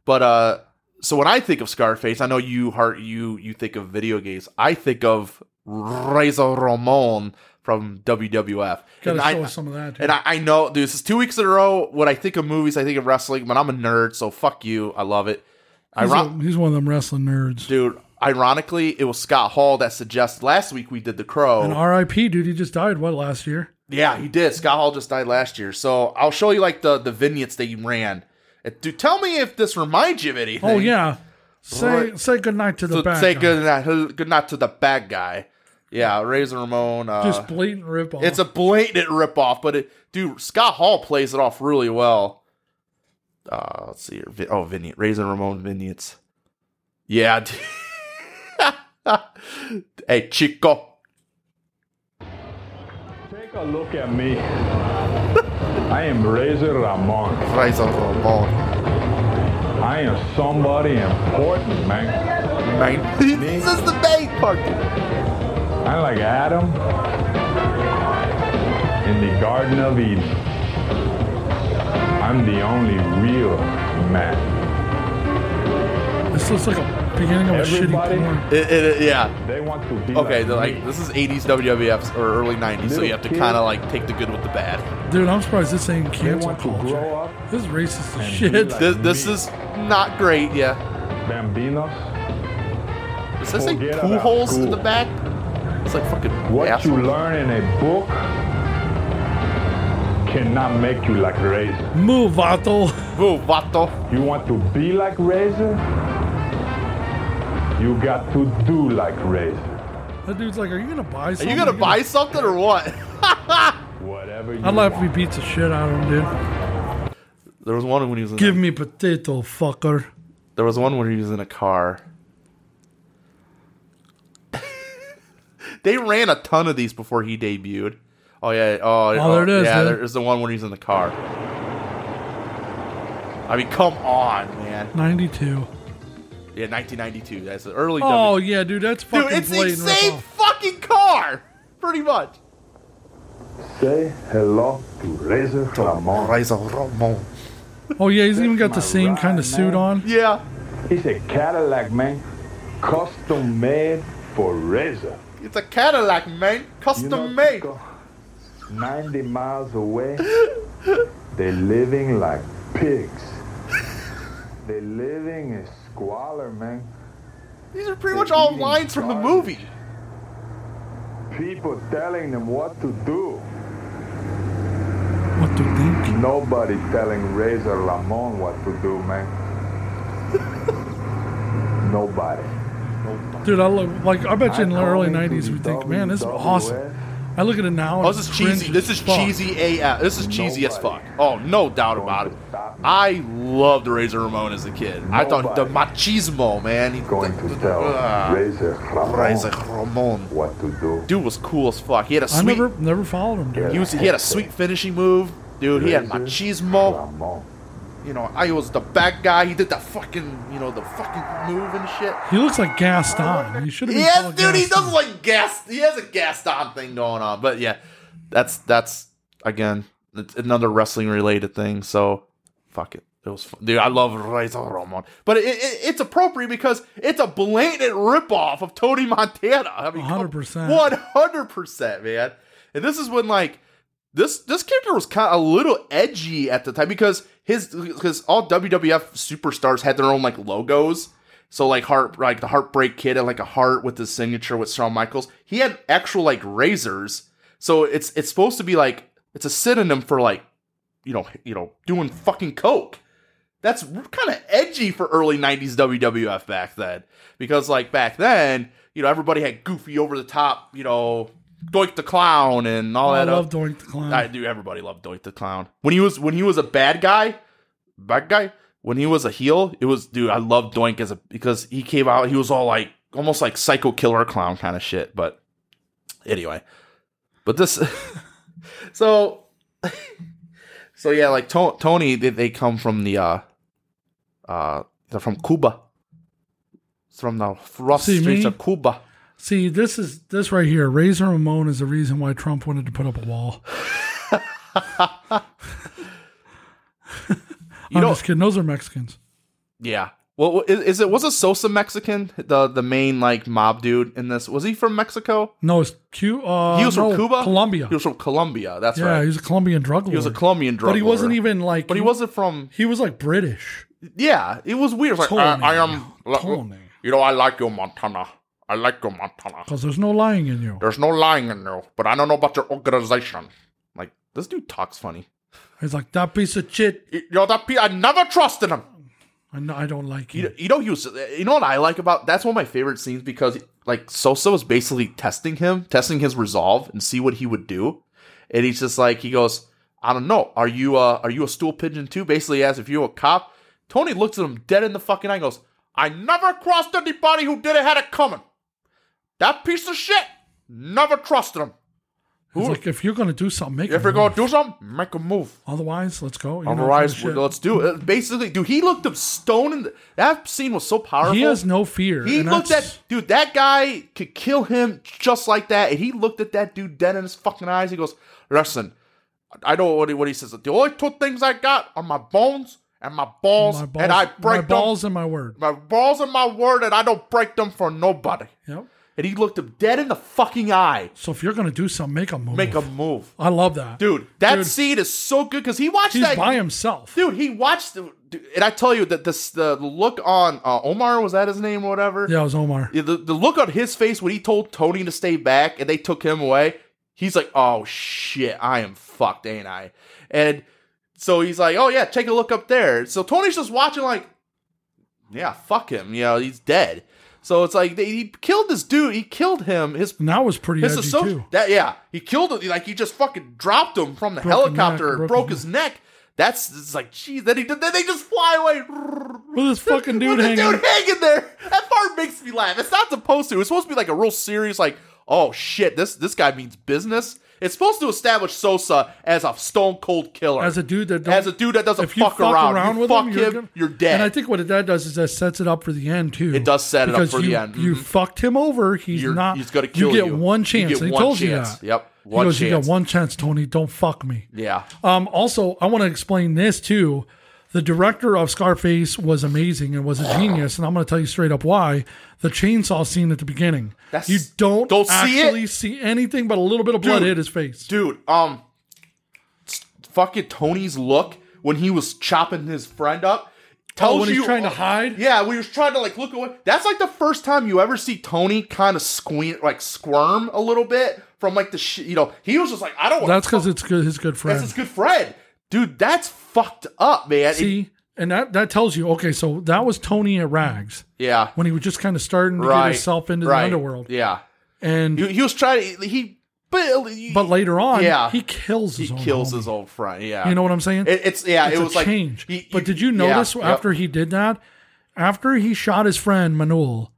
[SPEAKER 5] But uh, so when I think of Scarface, I know you heart you you think of video games. I think of Razor Ramon from WWF. And
[SPEAKER 4] Gotta show
[SPEAKER 5] I-
[SPEAKER 4] us some of that. Dude.
[SPEAKER 5] and I, I know, dude, this is two weeks in a row. When I think of movies, I think of wrestling, but I'm a nerd, so fuck you. I love it.
[SPEAKER 4] he's,
[SPEAKER 5] Iron-
[SPEAKER 4] a- he's one of them wrestling nerds.
[SPEAKER 5] dude, ironically, it was Scott Hall that suggested last week we did The Crow.
[SPEAKER 4] And R.I.P. Dude, he just died. What last year?
[SPEAKER 5] yeah, he did. Scott Hall just died last year. So I'll show you like the, the vignettes that he ran. Uh, Dude, tell me if this reminds you of anything.
[SPEAKER 4] Oh yeah. Say
[SPEAKER 5] Right.
[SPEAKER 4] say goodnight to the
[SPEAKER 5] So
[SPEAKER 4] bad
[SPEAKER 5] say
[SPEAKER 4] guy.
[SPEAKER 5] good night, good night to the bad guy. Yeah, Razor Ramon. Uh,
[SPEAKER 4] Just blatant rip off.
[SPEAKER 5] it's a blatant ripoff, but it, dude, Scott Hall plays it off really well. Uh, let's see here. Vi- Oh, vignette. Razor Ramon vignettes. Yeah. dude. hey, Chico.
[SPEAKER 7] Take a look at me. I am Razor Ramon.
[SPEAKER 5] Razor Ramon.
[SPEAKER 7] I am somebody important, man.
[SPEAKER 5] Man. this is the main part.
[SPEAKER 7] I'm like Adam in the Garden of Eden. I'm the only real man.
[SPEAKER 4] this looks like a beginning of a shitty
[SPEAKER 7] Everybody-
[SPEAKER 4] porn.
[SPEAKER 5] It- it- yeah.
[SPEAKER 7] They want to be
[SPEAKER 5] Okay,
[SPEAKER 7] like
[SPEAKER 5] they're like
[SPEAKER 7] me.
[SPEAKER 5] this is 80s WWF or early 90s, so you have to kind of like take the good with the bad.
[SPEAKER 4] Dude, I'm surprised this ain't
[SPEAKER 7] They
[SPEAKER 4] cancel
[SPEAKER 7] want to grow
[SPEAKER 4] culture.
[SPEAKER 7] up
[SPEAKER 4] This is racist as
[SPEAKER 7] and
[SPEAKER 4] shit.
[SPEAKER 7] be like
[SPEAKER 5] This, this
[SPEAKER 7] me.
[SPEAKER 5] is not great, yeah.
[SPEAKER 7] Bambinos.
[SPEAKER 5] Does that say
[SPEAKER 7] Forget
[SPEAKER 5] poo
[SPEAKER 7] about
[SPEAKER 5] holes in
[SPEAKER 7] school.
[SPEAKER 5] the back? It's like fucking
[SPEAKER 7] What
[SPEAKER 5] ass-
[SPEAKER 7] you learn in a book cannot make you like Razor.
[SPEAKER 4] Move, Vato.
[SPEAKER 5] Boo, vato.
[SPEAKER 7] You want to be like Razor? You got to do like Razor.
[SPEAKER 4] That dude's like, are you gonna buy
[SPEAKER 5] Are
[SPEAKER 4] something?
[SPEAKER 5] you gonna buy something or what?
[SPEAKER 7] Whatever you
[SPEAKER 4] I'd love if we
[SPEAKER 7] want.
[SPEAKER 4] beat the shit out of him, dude.
[SPEAKER 5] There was one when he was in
[SPEAKER 4] Give me potato, fucker.
[SPEAKER 5] There was one when he was in a car. they ran a ton of these before he debuted. Oh yeah, oh,
[SPEAKER 4] Oh, there it is,
[SPEAKER 5] Yeah,
[SPEAKER 4] man.
[SPEAKER 5] there's the one when he's in the car. I mean, come on, man.
[SPEAKER 4] 92.
[SPEAKER 5] Yeah, 1992. That's the early.
[SPEAKER 4] Oh
[SPEAKER 5] W-
[SPEAKER 4] yeah, dude, that's fucking
[SPEAKER 5] dude, it's the
[SPEAKER 4] blatant
[SPEAKER 5] same
[SPEAKER 4] ripoff.
[SPEAKER 5] fucking car, pretty much.
[SPEAKER 7] Say hello to Razor Ramon.
[SPEAKER 4] Oh yeah, he's even got the
[SPEAKER 7] my
[SPEAKER 4] same kind
[SPEAKER 7] ride,
[SPEAKER 4] of suit
[SPEAKER 7] man.
[SPEAKER 4] on.
[SPEAKER 5] Yeah.
[SPEAKER 7] He's a Cadillac, man. Custom made for Razor.
[SPEAKER 5] It's a Cadillac, man.
[SPEAKER 7] You
[SPEAKER 5] Custom
[SPEAKER 7] know,
[SPEAKER 5] made.
[SPEAKER 7] Chico, 90 miles away, they're living like pigs. they're living a squalor, man.
[SPEAKER 5] These are pretty much all
[SPEAKER 7] Eating
[SPEAKER 5] lines from the
[SPEAKER 7] garbage.
[SPEAKER 5] movie.
[SPEAKER 7] People telling them what to do.
[SPEAKER 4] What do you think?
[SPEAKER 7] Nobody telling Razor Lamont what to do, man. Nobody.
[SPEAKER 4] Dude, I look like I bet you in the
[SPEAKER 7] I
[SPEAKER 4] early
[SPEAKER 7] call it
[SPEAKER 4] '90s we think, man, this is
[SPEAKER 7] E
[SPEAKER 4] awesome.
[SPEAKER 7] WWF.
[SPEAKER 4] I look at it now. And
[SPEAKER 5] Oh, this is
[SPEAKER 4] it's cringe
[SPEAKER 5] cheesy. This
[SPEAKER 4] as
[SPEAKER 5] is
[SPEAKER 4] fuck.
[SPEAKER 5] cheesy AF. This is cheesy as fuck.
[SPEAKER 7] Nobody
[SPEAKER 5] Oh, no doubt
[SPEAKER 7] going
[SPEAKER 5] about
[SPEAKER 7] to
[SPEAKER 5] it.
[SPEAKER 7] stop me.
[SPEAKER 5] I loved Razor Ramon as a kid. I thought the
[SPEAKER 7] Nobody
[SPEAKER 5] machismo, man. He-
[SPEAKER 7] Going to tell
[SPEAKER 5] Ah,
[SPEAKER 7] Razor Ramon
[SPEAKER 5] Razor Ramon.
[SPEAKER 7] what to do.
[SPEAKER 5] Dude was cool as fuck. He had a
[SPEAKER 4] I
[SPEAKER 5] sweet.
[SPEAKER 4] never never followed him. Dude.
[SPEAKER 5] He, was, he had a sweet finishing move. Dude, he had
[SPEAKER 7] Razor
[SPEAKER 5] machismo.
[SPEAKER 7] Ramon.
[SPEAKER 5] You know, I was the bad guy. He did the fucking, you know, the fucking move and shit.
[SPEAKER 4] He looks like Gaston. He should have. been
[SPEAKER 5] Yes,
[SPEAKER 4] called
[SPEAKER 5] dude, he
[SPEAKER 4] Gaston.
[SPEAKER 5] does like gas. He has a Gaston thing going on, but yeah, that's that's again it's another wrestling related thing. So fuck it, it was fun. dude. I love Razor Ramon, but it, it, it's appropriate because it's a blatant ripoff of Tony Montana. I mean,
[SPEAKER 4] 100%.
[SPEAKER 5] one hundred percent, man. And this is when like this this character was kind of a little edgy at the time because his because all WWF superstars had their own like logos. So like heart like the Heartbreak Kid had like a heart with his signature with Shawn Michaels. He had actual like razors. So it's it's supposed to be like it's a synonym for like you know you know doing fucking coke. That's kind of edgy for early 90s WWF back then. Because, like, back then, you know, everybody had goofy over the top, you know, Doink the Clown and all
[SPEAKER 4] Oh, I
[SPEAKER 5] that.
[SPEAKER 4] love
[SPEAKER 5] oth-
[SPEAKER 4] Doink the Clown.
[SPEAKER 5] I do. Everybody loved Doink the Clown. When he was when he was a bad guy, bad guy. When he was a heel, it was dude. I loved Doink as a because he came out. He was all like almost like psycho killer clown kind of shit. But anyway, but this. so, so yeah, like to- Tony, they, they come from the uh, uh, they're from Cuba. It's from the rough
[SPEAKER 4] See
[SPEAKER 5] streets
[SPEAKER 4] me?
[SPEAKER 5] of Cuba.
[SPEAKER 4] See, this is this right here. Razor Ramon is the reason why Trump wanted to put up a wall. I'm
[SPEAKER 5] know-
[SPEAKER 4] just kidding. Those are Mexicans.
[SPEAKER 5] Yeah. Well, is, is it was a Sosa Mexican? The the main like mob dude in this was he from Mexico?
[SPEAKER 4] No, it's Q. Uh,
[SPEAKER 5] he was
[SPEAKER 4] no,
[SPEAKER 5] from Cuba,
[SPEAKER 4] Colombia.
[SPEAKER 5] He was from Colombia. That's
[SPEAKER 4] yeah,
[SPEAKER 5] right.
[SPEAKER 4] he was a Colombian drug lord.
[SPEAKER 5] he was a Colombian drug.
[SPEAKER 4] but he wasn't
[SPEAKER 5] lord.
[SPEAKER 4] even like.
[SPEAKER 5] But he wasn't from.
[SPEAKER 4] He was like British.
[SPEAKER 5] Yeah, it was weird. It was Like
[SPEAKER 4] Tony.
[SPEAKER 5] I, I am.
[SPEAKER 4] Tony.
[SPEAKER 5] You know, I like your Montana. I like your Montana.
[SPEAKER 4] Because there's no lying in you.
[SPEAKER 5] There's no lying in there, but I don't know about your organization. Like this dude talks funny.
[SPEAKER 4] He's like that piece of shit.
[SPEAKER 5] You know that pe- I never trusted him.
[SPEAKER 4] I know I don't like
[SPEAKER 5] You,
[SPEAKER 4] you.
[SPEAKER 5] you know he was. You know what I like about that's one of my favorite scenes because like Sosa was basically testing him, testing his resolve, and see what he would do. And he's just like he goes, I don't know. Are you uh are you a stool pigeon too? Basically, as if you're a cop. Tony looks at him dead in the fucking eye. and Goes, I never crossed anybody who didn't had it coming. That piece of shit. Never trusted him.
[SPEAKER 4] He's like if you're gonna do something, make
[SPEAKER 5] If
[SPEAKER 4] it.
[SPEAKER 5] you're gonna do something, make a move.
[SPEAKER 4] Otherwise, let's go. You know,
[SPEAKER 5] Otherwise,
[SPEAKER 4] kind of
[SPEAKER 5] let's do it. Basically, dude, he looked him stone in the, that scene was so
[SPEAKER 4] shit.
[SPEAKER 5] powerful.
[SPEAKER 4] He has no fear.
[SPEAKER 5] He
[SPEAKER 4] and
[SPEAKER 5] looked
[SPEAKER 4] that's-
[SPEAKER 5] at dude. That guy could kill him just like that, and he looked at that dude dead in his fucking eyes. He goes, "Listen, I know what he, what he says. The only two things I got are my bones and my balls,
[SPEAKER 4] my balls,
[SPEAKER 5] and I
[SPEAKER 4] my
[SPEAKER 5] break them.
[SPEAKER 4] balls and my word.
[SPEAKER 5] My balls and my word, and I don't break them for nobody."
[SPEAKER 4] Yep.
[SPEAKER 5] And he looked him dead in the fucking eye.
[SPEAKER 4] So if you're gonna do something, make a move.
[SPEAKER 5] Make a move,
[SPEAKER 4] I love that,
[SPEAKER 5] dude. That
[SPEAKER 4] Dude.
[SPEAKER 5] scene is so good because he watched
[SPEAKER 4] He's
[SPEAKER 5] that
[SPEAKER 4] by himself.
[SPEAKER 5] dude. He watched the, dude, and I tell you that this the look on uh, Omar was that his name or whatever.
[SPEAKER 4] Yeah, it was Omar.
[SPEAKER 5] Yeah, the, the look on his face when he told Tony to stay back and they took him away, he's like, oh shit, I am fucked, ain't I? And so he's like, oh yeah, take a look up there. So Tony's just watching, like, yeah, fuck him, you know, he's dead. So it's like they, he killed this dude, he killed him, his
[SPEAKER 4] And that was pretty
[SPEAKER 5] his
[SPEAKER 4] edgy
[SPEAKER 5] associ-
[SPEAKER 4] too.
[SPEAKER 5] that yeah, he killed him. Like he just fucking dropped him from the
[SPEAKER 4] Broke the neck,
[SPEAKER 5] helicopter and
[SPEAKER 4] broke
[SPEAKER 5] broke
[SPEAKER 4] his
[SPEAKER 5] his neck. That's it's like, geez. Then he did. Then they just fly away.
[SPEAKER 4] With this fucking
[SPEAKER 5] With
[SPEAKER 4] dude
[SPEAKER 5] the
[SPEAKER 4] hanging.
[SPEAKER 5] dude hanging there. That part makes me laugh. It's not supposed to. It's supposed to be like a real serious, like, oh shit, this this guy means business. It's supposed to establish Sosa as a stone cold killer,
[SPEAKER 4] As a dude that don't-
[SPEAKER 5] as a dude that doesn't
[SPEAKER 4] if you fuck, around,
[SPEAKER 5] you
[SPEAKER 4] with
[SPEAKER 5] fuck
[SPEAKER 4] him,
[SPEAKER 5] him,
[SPEAKER 4] you're,
[SPEAKER 5] you're,
[SPEAKER 4] gonna-
[SPEAKER 5] dead.
[SPEAKER 4] And I think what that does is that sets it up for the end too.
[SPEAKER 5] It does set it up
[SPEAKER 4] Because
[SPEAKER 5] for the
[SPEAKER 4] you-
[SPEAKER 5] end.
[SPEAKER 4] You
[SPEAKER 5] Mhm.
[SPEAKER 4] fucked him over. He's
[SPEAKER 5] You're-
[SPEAKER 4] not.
[SPEAKER 5] he's gonna kill
[SPEAKER 4] You get
[SPEAKER 5] you.
[SPEAKER 4] one
[SPEAKER 5] You
[SPEAKER 4] chance.
[SPEAKER 5] get
[SPEAKER 4] and he
[SPEAKER 5] one
[SPEAKER 4] told you
[SPEAKER 5] chance.
[SPEAKER 4] that.
[SPEAKER 5] Yep,
[SPEAKER 4] He
[SPEAKER 5] one
[SPEAKER 4] goes, You
[SPEAKER 5] chance."
[SPEAKER 4] got one chance, Tony. Don't fuck me.
[SPEAKER 5] yeah,
[SPEAKER 4] Um, also, I want to explain this too. The director of Scarface was amazing and was a genius, and I'm going to tell you straight up why. The chainsaw scene at the beginning.
[SPEAKER 5] That's-
[SPEAKER 4] you don't,
[SPEAKER 5] don't see it?
[SPEAKER 4] actually see, anything but a little bit of blood
[SPEAKER 5] Dude.
[SPEAKER 4] hit his face.
[SPEAKER 5] dude. Um, s- fucking Tony's look when he was chopping his friend up. tells
[SPEAKER 4] Oh, when
[SPEAKER 5] you
[SPEAKER 4] he's trying to hide?
[SPEAKER 5] Yeah, we was trying to like look away. That's like the first time you ever see Tony kind of squeam, like squirm a little bit from like the sh- you know he was just like I don't. wanna
[SPEAKER 4] That's because
[SPEAKER 5] fuck-
[SPEAKER 4] it's good. His good friend.
[SPEAKER 5] oh, that's his good friend, dude. That's fucked up, man.
[SPEAKER 4] See, and that that tells you. Okay, so that was Tony at Rags
[SPEAKER 5] yeah,
[SPEAKER 4] when he was just kind of starting to
[SPEAKER 5] right.
[SPEAKER 4] get himself into
[SPEAKER 5] right.
[SPEAKER 4] the underworld.
[SPEAKER 5] Yeah,
[SPEAKER 4] And
[SPEAKER 5] he, he was trying. to He but he,
[SPEAKER 4] but later on,
[SPEAKER 5] Yeah.
[SPEAKER 4] he kills
[SPEAKER 5] he
[SPEAKER 4] his own
[SPEAKER 5] kills
[SPEAKER 4] homie.
[SPEAKER 5] his old friend. Yeah,
[SPEAKER 4] You know what I'm saying?
[SPEAKER 5] It, it's yeah.
[SPEAKER 4] It's
[SPEAKER 5] it
[SPEAKER 4] a
[SPEAKER 5] was like
[SPEAKER 4] change.
[SPEAKER 5] he-
[SPEAKER 4] but
[SPEAKER 5] he-
[SPEAKER 4] did you
[SPEAKER 5] yeah,
[SPEAKER 4] notice
[SPEAKER 5] yep.
[SPEAKER 4] after he did that, after he shot his friend Manuel,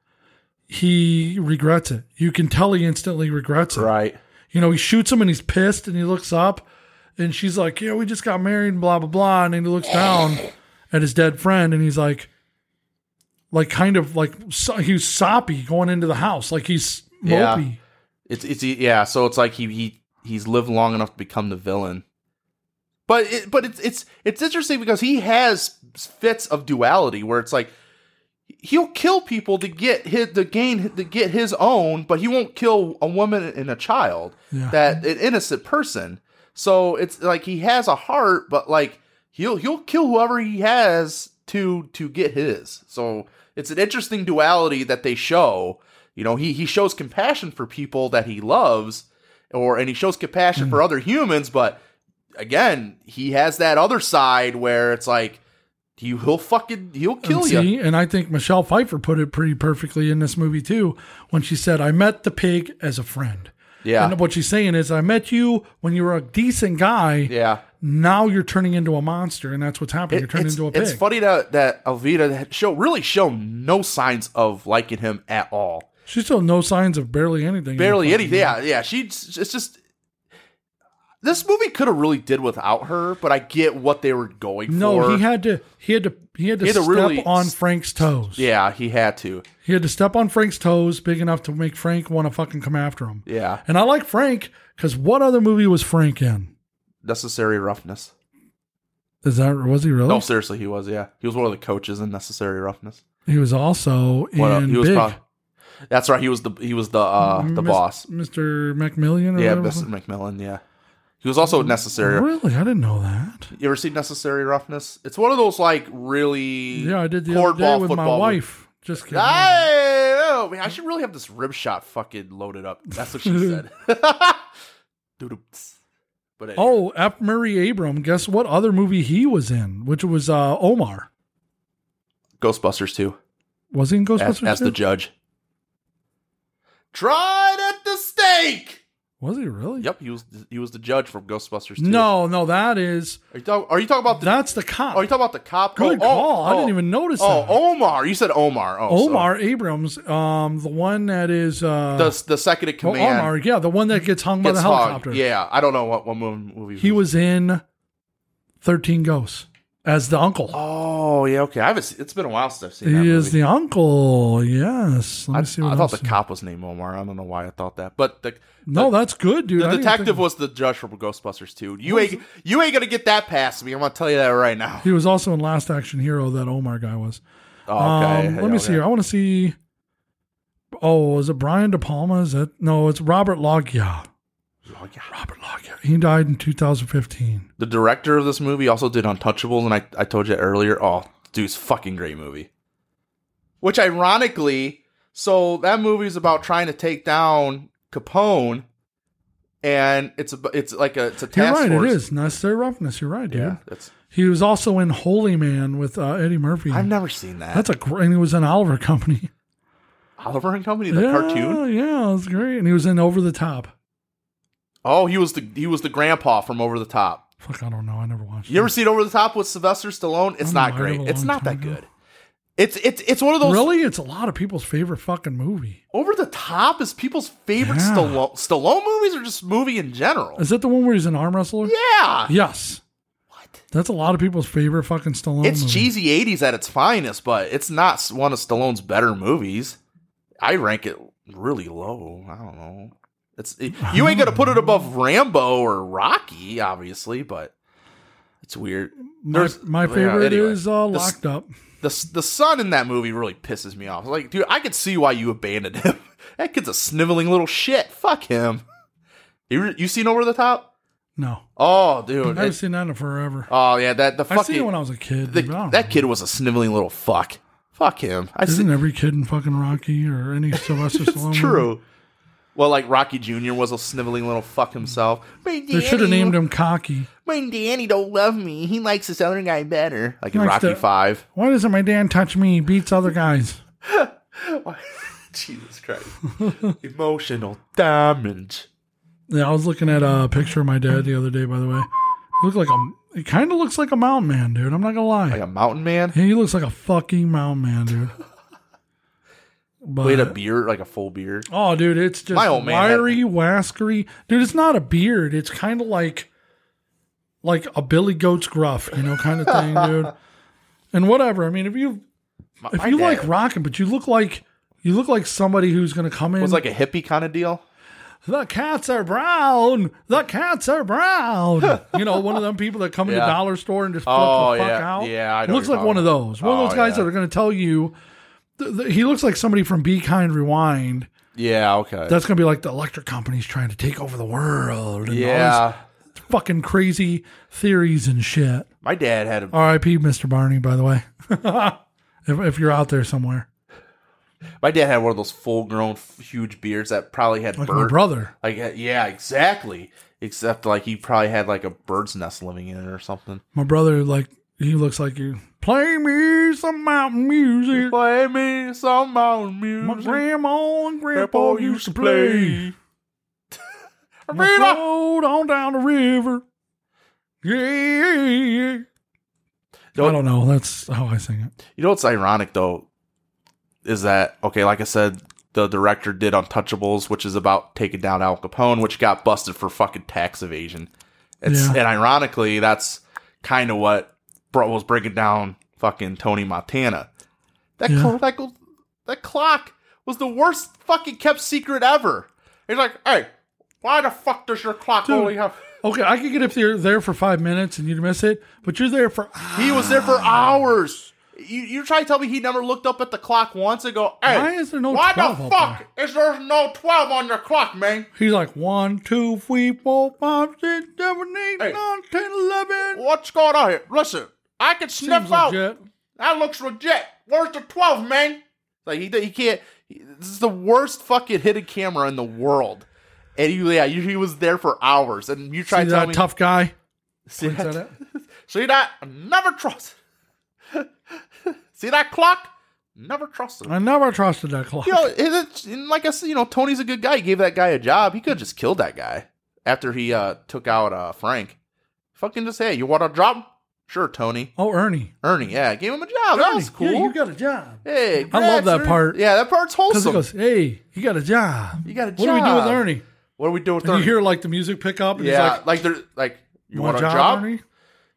[SPEAKER 4] he regrets it. You can tell he instantly regrets it.
[SPEAKER 5] right?
[SPEAKER 4] You know, he shoots him and he's pissed and he looks up and she's like, Yeah, we just got married and blah, blah, blah. And then he looks down at his dead friend and he's like, like kind of like so, he was soppy going into the house. Like he's
[SPEAKER 5] Yeah.
[SPEAKER 4] mopey.
[SPEAKER 5] It's it's yeah. So it's like he he he's lived long enough to become the villain. But it, but it's it's it's interesting because he has fits of duality where it's like he'll kill people to get his to gain to get his own, but he won't kill a woman and a child
[SPEAKER 4] Yeah.
[SPEAKER 5] that an innocent person. So it's like he has a heart, but like he'll he'll kill whoever he has to to get his. So it's an interesting duality that they show. You know, he he shows compassion for people that he loves, or and he shows compassion
[SPEAKER 4] Mm.
[SPEAKER 5] for other humans, but again, he has that other side where it's like he, he'll fucking he'll
[SPEAKER 4] And
[SPEAKER 5] kill you.
[SPEAKER 4] see, and I think Michelle Pfeiffer put it pretty perfectly in this movie too when she said, I met the pig as a friend.
[SPEAKER 5] Yeah.
[SPEAKER 4] And what she's saying is, I met you when you were a decent guy.
[SPEAKER 5] yeah.
[SPEAKER 4] Now you're turning into a monster, and that's what's happening.
[SPEAKER 5] It-
[SPEAKER 4] you're turning
[SPEAKER 5] it's,
[SPEAKER 4] into a pig.
[SPEAKER 5] it's funny that that Alvita had show really show no signs of liking him at all.
[SPEAKER 4] She's still no signs of barely anything.
[SPEAKER 5] Barely
[SPEAKER 4] Yeah.
[SPEAKER 5] anything. Yeah, yeah. She it's just this movie could have really did without her, but I get what they were going
[SPEAKER 4] No,
[SPEAKER 5] for.
[SPEAKER 4] he had to. He had to. He had to,
[SPEAKER 5] He had to
[SPEAKER 4] step
[SPEAKER 5] really-
[SPEAKER 4] on Frank's toes.
[SPEAKER 5] Yeah, he had to.
[SPEAKER 4] He had to step on Frank's toes big enough to make Frank want to fucking come after him.
[SPEAKER 5] Yeah,
[SPEAKER 4] And I like Frank because what other movie was Frank in?
[SPEAKER 5] necessary roughness.
[SPEAKER 4] Is that was he really?
[SPEAKER 5] No, seriously, he was. Yeah, he was one of the coaches in necessary roughness.
[SPEAKER 4] He was also in
[SPEAKER 5] What a- he was
[SPEAKER 4] Big. Mm-hmm.
[SPEAKER 5] prob- That's right. He was the he was the uh, the
[SPEAKER 4] Mis-
[SPEAKER 5] boss.
[SPEAKER 4] Mr. McMillian. Or
[SPEAKER 5] Yeah,
[SPEAKER 4] whatever.
[SPEAKER 5] Mr. McMillan. Yeah, he was also necessary.
[SPEAKER 4] Really, I didn't know that.
[SPEAKER 5] You ever seen Necessary Roughness? It's one of those like really
[SPEAKER 4] Yeah, I did the other day
[SPEAKER 5] cornball
[SPEAKER 4] with my
[SPEAKER 5] football
[SPEAKER 4] wife. Just kidding.
[SPEAKER 5] Hey, oh, man, I should really have this rib shot fucking loaded up. That's what she said. Doo-doo-ts. but anyway,
[SPEAKER 4] Oh, F. Murray Abram. Guess what other movie he was in? Which was uh, Omar.
[SPEAKER 5] Ghostbusters too.
[SPEAKER 4] Was he in
[SPEAKER 5] As,
[SPEAKER 4] Ghostbusters?
[SPEAKER 5] as the
[SPEAKER 4] too?
[SPEAKER 5] judge. Tried at the stake.
[SPEAKER 4] was he really?
[SPEAKER 5] Yep, he was he was the judge from Ghostbusters. 2.
[SPEAKER 4] No, no, that is
[SPEAKER 5] are you, talk, are you talking about the?
[SPEAKER 4] that's the cop.
[SPEAKER 5] are Oh, you talking about the cop?
[SPEAKER 4] Good
[SPEAKER 5] oh,
[SPEAKER 4] call. I
[SPEAKER 5] oh,
[SPEAKER 4] didn't even notice
[SPEAKER 5] Oh,
[SPEAKER 4] that.
[SPEAKER 5] Omar. You said Omar. Oh, so-
[SPEAKER 4] Omar Abrams, um, the one that is uh,
[SPEAKER 5] the the second in
[SPEAKER 4] oh,
[SPEAKER 5] command.
[SPEAKER 4] Omar, yeah, the one that gets hung by
[SPEAKER 5] gets
[SPEAKER 4] the
[SPEAKER 5] hogged.
[SPEAKER 4] helicopter.
[SPEAKER 5] Yeah, I don't know what one movie movie
[SPEAKER 4] he was in Thirteen Ghosts as the uncle.
[SPEAKER 5] Oh yeah, okay. I haven't. Seen, it's been a while since I've seen.
[SPEAKER 4] he
[SPEAKER 5] that
[SPEAKER 4] is
[SPEAKER 5] movie.
[SPEAKER 4] the uncle. Yes. Let me
[SPEAKER 5] I,
[SPEAKER 4] see what
[SPEAKER 5] I thought
[SPEAKER 4] else.
[SPEAKER 5] the cop was named Omar. I don't know why I thought that, but the
[SPEAKER 4] no, that's good, dude. I
[SPEAKER 5] the
[SPEAKER 4] didn't think-
[SPEAKER 5] detective was the judge from Ghostbusters too. You ain't you ain't gonna get that past me. I'm gonna tell you that right now.
[SPEAKER 4] He was also in Last Action Hero. That Omar guy was.
[SPEAKER 5] Oh, okay.
[SPEAKER 4] Um, let me see here. I want to see. Oh, is it Brian De Palma? Is that no? It's Robert Loggia. Robert Loggia. He died in 2015.
[SPEAKER 5] The director of this movie also did Untouchables, and I I told you earlier. Oh, dude's fucking great movie. Which ironically, so that movie is about trying to take down Capone, and it's a it's like a it's a
[SPEAKER 4] You're
[SPEAKER 5] task
[SPEAKER 4] right.
[SPEAKER 5] force.
[SPEAKER 4] It is necessary roughness. You're right, dude.
[SPEAKER 5] Yeah, that's
[SPEAKER 4] He was also in Holy Man with uh, Eddie Murphy.
[SPEAKER 5] I've never seen that.
[SPEAKER 4] That's a great. And he was in Oliver Company.
[SPEAKER 5] Oliver and Company, the
[SPEAKER 4] yeah,
[SPEAKER 5] cartoon.
[SPEAKER 4] Yeah, it was great. And he was in Over the Top.
[SPEAKER 5] Oh, he was the he was the grandpa from Over the Top.
[SPEAKER 4] Fuck, I don't know. I never watched.
[SPEAKER 5] You ever
[SPEAKER 4] it.
[SPEAKER 5] seen Over the Top with Sylvester Stallone? It's
[SPEAKER 4] Oh, I
[SPEAKER 5] not
[SPEAKER 4] might have
[SPEAKER 5] great.
[SPEAKER 4] a
[SPEAKER 5] It's
[SPEAKER 4] long
[SPEAKER 5] not
[SPEAKER 4] time
[SPEAKER 5] that
[SPEAKER 4] ago.
[SPEAKER 5] good. It's it's it's one of those
[SPEAKER 4] Really, it's a lot of people's favorite fucking movie.
[SPEAKER 5] Over the Top is people's favorite
[SPEAKER 4] Yeah.
[SPEAKER 5] Stallone, Stallone movies or just movie in general.
[SPEAKER 4] Is that the one where he's an arm wrestler?
[SPEAKER 5] yeah.
[SPEAKER 4] Yes.
[SPEAKER 5] What?
[SPEAKER 4] That's a lot of people's favorite fucking Stallone.
[SPEAKER 5] It's
[SPEAKER 4] movie.
[SPEAKER 5] cheesy 80s at its finest, but it's not s- one of Stallone's better movies. I rank it really low. I don't know. It's it- you ain't gonna put it above Rambo or Rocky, obviously, but it's weird.
[SPEAKER 4] My,
[SPEAKER 5] There's-
[SPEAKER 4] my
[SPEAKER 5] yeah,
[SPEAKER 4] favorite
[SPEAKER 5] anyway.
[SPEAKER 4] is uh,
[SPEAKER 5] The s-
[SPEAKER 4] Locked Up.
[SPEAKER 5] The s- the son in that movie really pisses me off. Like, dude, I could see why you abandoned him. that kid's a sniveling little shit. Fuck him. You re- you seen Over the Top?
[SPEAKER 4] No,
[SPEAKER 5] Oh,
[SPEAKER 4] I
[SPEAKER 5] dude.
[SPEAKER 4] haven't
[SPEAKER 5] It-
[SPEAKER 4] seen that in forever.
[SPEAKER 5] oh, yeah. That the fucking.
[SPEAKER 4] I seen it when I was a kid.
[SPEAKER 5] the-
[SPEAKER 4] but I don't
[SPEAKER 5] that
[SPEAKER 4] know.
[SPEAKER 5] kid was a sniveling little fuck. Fuck him. I
[SPEAKER 4] isn't
[SPEAKER 5] see.
[SPEAKER 4] every kid in fucking Rocky or any Sylvester Stallone.
[SPEAKER 5] It's
[SPEAKER 4] movie?
[SPEAKER 5] true. Well, like Rocky Jr. was a sniveling little fuck himself. My
[SPEAKER 4] They should have
[SPEAKER 5] daddy-
[SPEAKER 4] named him Cocky.
[SPEAKER 5] My Danny don't love me. He likes this other guy better. Like in
[SPEAKER 4] Likes
[SPEAKER 5] Rocky
[SPEAKER 4] to-
[SPEAKER 5] Five.
[SPEAKER 4] Why doesn't my dad touch me? He beats other guys.
[SPEAKER 5] Jesus Christ. Emotional damage.
[SPEAKER 4] Yeah, I was looking at a picture of my dad the other day. By the way, he looked like a. He kind of looks like a mountain man, dude. I'm not gonna lie.
[SPEAKER 5] Like a mountain man.
[SPEAKER 4] he looks like a fucking mountain man, dude. But,
[SPEAKER 5] Wait, a beard, like a full beard.
[SPEAKER 4] Oh, dude, it's just
[SPEAKER 5] My old man had-
[SPEAKER 4] wiry, waskery. Dude, it's not a beard. It's kind of like like a Billy Goat's gruff, you know, kind of thing, dude. And whatever. I mean, if you
[SPEAKER 5] My,
[SPEAKER 4] if
[SPEAKER 5] my
[SPEAKER 4] you
[SPEAKER 5] dad
[SPEAKER 4] like rocking, but you look like you look like somebody who's going to come in.
[SPEAKER 5] was like a hippie kind of deal.
[SPEAKER 4] the cats are brown. The cats are brown. you know, one of them people that come in the
[SPEAKER 5] Yeah.
[SPEAKER 4] dollar store and just flip
[SPEAKER 5] Oh,
[SPEAKER 4] the fuck
[SPEAKER 5] yeah.
[SPEAKER 4] out.
[SPEAKER 5] Yeah, I know
[SPEAKER 4] looks
[SPEAKER 5] what you're
[SPEAKER 4] like one of
[SPEAKER 5] talking about.
[SPEAKER 4] those. One of those
[SPEAKER 5] Oh,
[SPEAKER 4] guys
[SPEAKER 5] yeah.
[SPEAKER 4] that are going to tell you. Th- th- he looks like somebody from Be Kind Rewind.
[SPEAKER 5] Yeah. Okay.
[SPEAKER 4] That's gonna be like the electric companies trying to take over the world and all
[SPEAKER 5] yeah.
[SPEAKER 4] these fucking crazy theories and shit.
[SPEAKER 5] My dad had a.
[SPEAKER 4] R.I.P. Mr. Barney, by the way. if, if you're out there somewhere,
[SPEAKER 5] My dad had one of those full-grown, f- huge beards that probably had
[SPEAKER 4] like my
[SPEAKER 5] bird.
[SPEAKER 4] brother,
[SPEAKER 5] Like uh, yeah, exactly. Except like he probably had like a bird's nest living in it or something.
[SPEAKER 4] my brother, like he looks like you. Play me some mountain music.
[SPEAKER 5] Play me some mountain
[SPEAKER 4] My
[SPEAKER 5] music.
[SPEAKER 4] grandma and grandpa used to play.
[SPEAKER 5] Rita!
[SPEAKER 4] Float on down the river. Yeah. I don't know. That's how I sing it.
[SPEAKER 5] You know what's ironic though is that okay? Like I said, the director did Untouchables, which is about taking down Al Capone, which got busted for fucking tax evasion. It's,
[SPEAKER 4] Yeah.
[SPEAKER 5] And ironically, that's kind of what bro was breaking down fucking Tony Montana. That
[SPEAKER 4] Yeah.
[SPEAKER 5] cl- that, cl- that clock was the worst fucking kept secret ever. He's like, hey, why the fuck does your clock only have?
[SPEAKER 4] Okay, I could get up there there for five minutes and you'd miss it, but you're there for
[SPEAKER 5] He was there for
[SPEAKER 4] Ah.
[SPEAKER 5] hours. You you try to tell me he never looked up at the clock once and go, hey,
[SPEAKER 4] Why is there no
[SPEAKER 5] why
[SPEAKER 4] 12
[SPEAKER 5] the
[SPEAKER 4] up
[SPEAKER 5] fuck is there no twelve on your clock, man?
[SPEAKER 4] He's like one, two, three, four, five, six, seven, eight,
[SPEAKER 5] Hey.
[SPEAKER 4] nine, ten, eleven.
[SPEAKER 5] What's going on here? Listen, I can sniff
[SPEAKER 4] Seems
[SPEAKER 5] out.
[SPEAKER 4] legit.
[SPEAKER 5] That looks legit. Where's the twelve, man? Like he he can't. He, this is the worst fucking hidden camera in the world. And he, yeah, you, he was there for hours, and you try
[SPEAKER 4] See
[SPEAKER 5] to tell
[SPEAKER 4] that
[SPEAKER 5] me
[SPEAKER 4] tough guy?
[SPEAKER 5] See
[SPEAKER 4] Points at
[SPEAKER 5] that?
[SPEAKER 4] it.
[SPEAKER 5] See that? Never trust. See that clock? Never trust him.
[SPEAKER 4] I never trusted that clock.
[SPEAKER 5] you know, it, it's- and like I said, you know, Tony's a good guy. He gave that guy a job. He could have just killed that guy after he uh, took out uh, Frank. Fucking just hey, you want a job? Sure, Tony.
[SPEAKER 4] Oh, Ernie.
[SPEAKER 5] Ernie, yeah, gave him a job. that
[SPEAKER 4] Ernie,
[SPEAKER 5] was cool.
[SPEAKER 4] Yeah, you got a job.
[SPEAKER 5] hey,
[SPEAKER 4] love
[SPEAKER 5] congrats,
[SPEAKER 4] that
[SPEAKER 5] Ernie.
[SPEAKER 4] part.
[SPEAKER 5] Yeah, that part's
[SPEAKER 4] Because he
[SPEAKER 5] wholesome.
[SPEAKER 4] goes, hey, you got a job.
[SPEAKER 5] you got a job.
[SPEAKER 4] What do we do with Ernie?
[SPEAKER 5] What do we do with
[SPEAKER 4] And
[SPEAKER 5] Ernie?
[SPEAKER 4] you hear like the music pick up and
[SPEAKER 5] yeah,
[SPEAKER 4] he's
[SPEAKER 5] like,
[SPEAKER 4] like,
[SPEAKER 5] they're like, you
[SPEAKER 4] "Want
[SPEAKER 5] want, a job?
[SPEAKER 4] Ernie? Oh.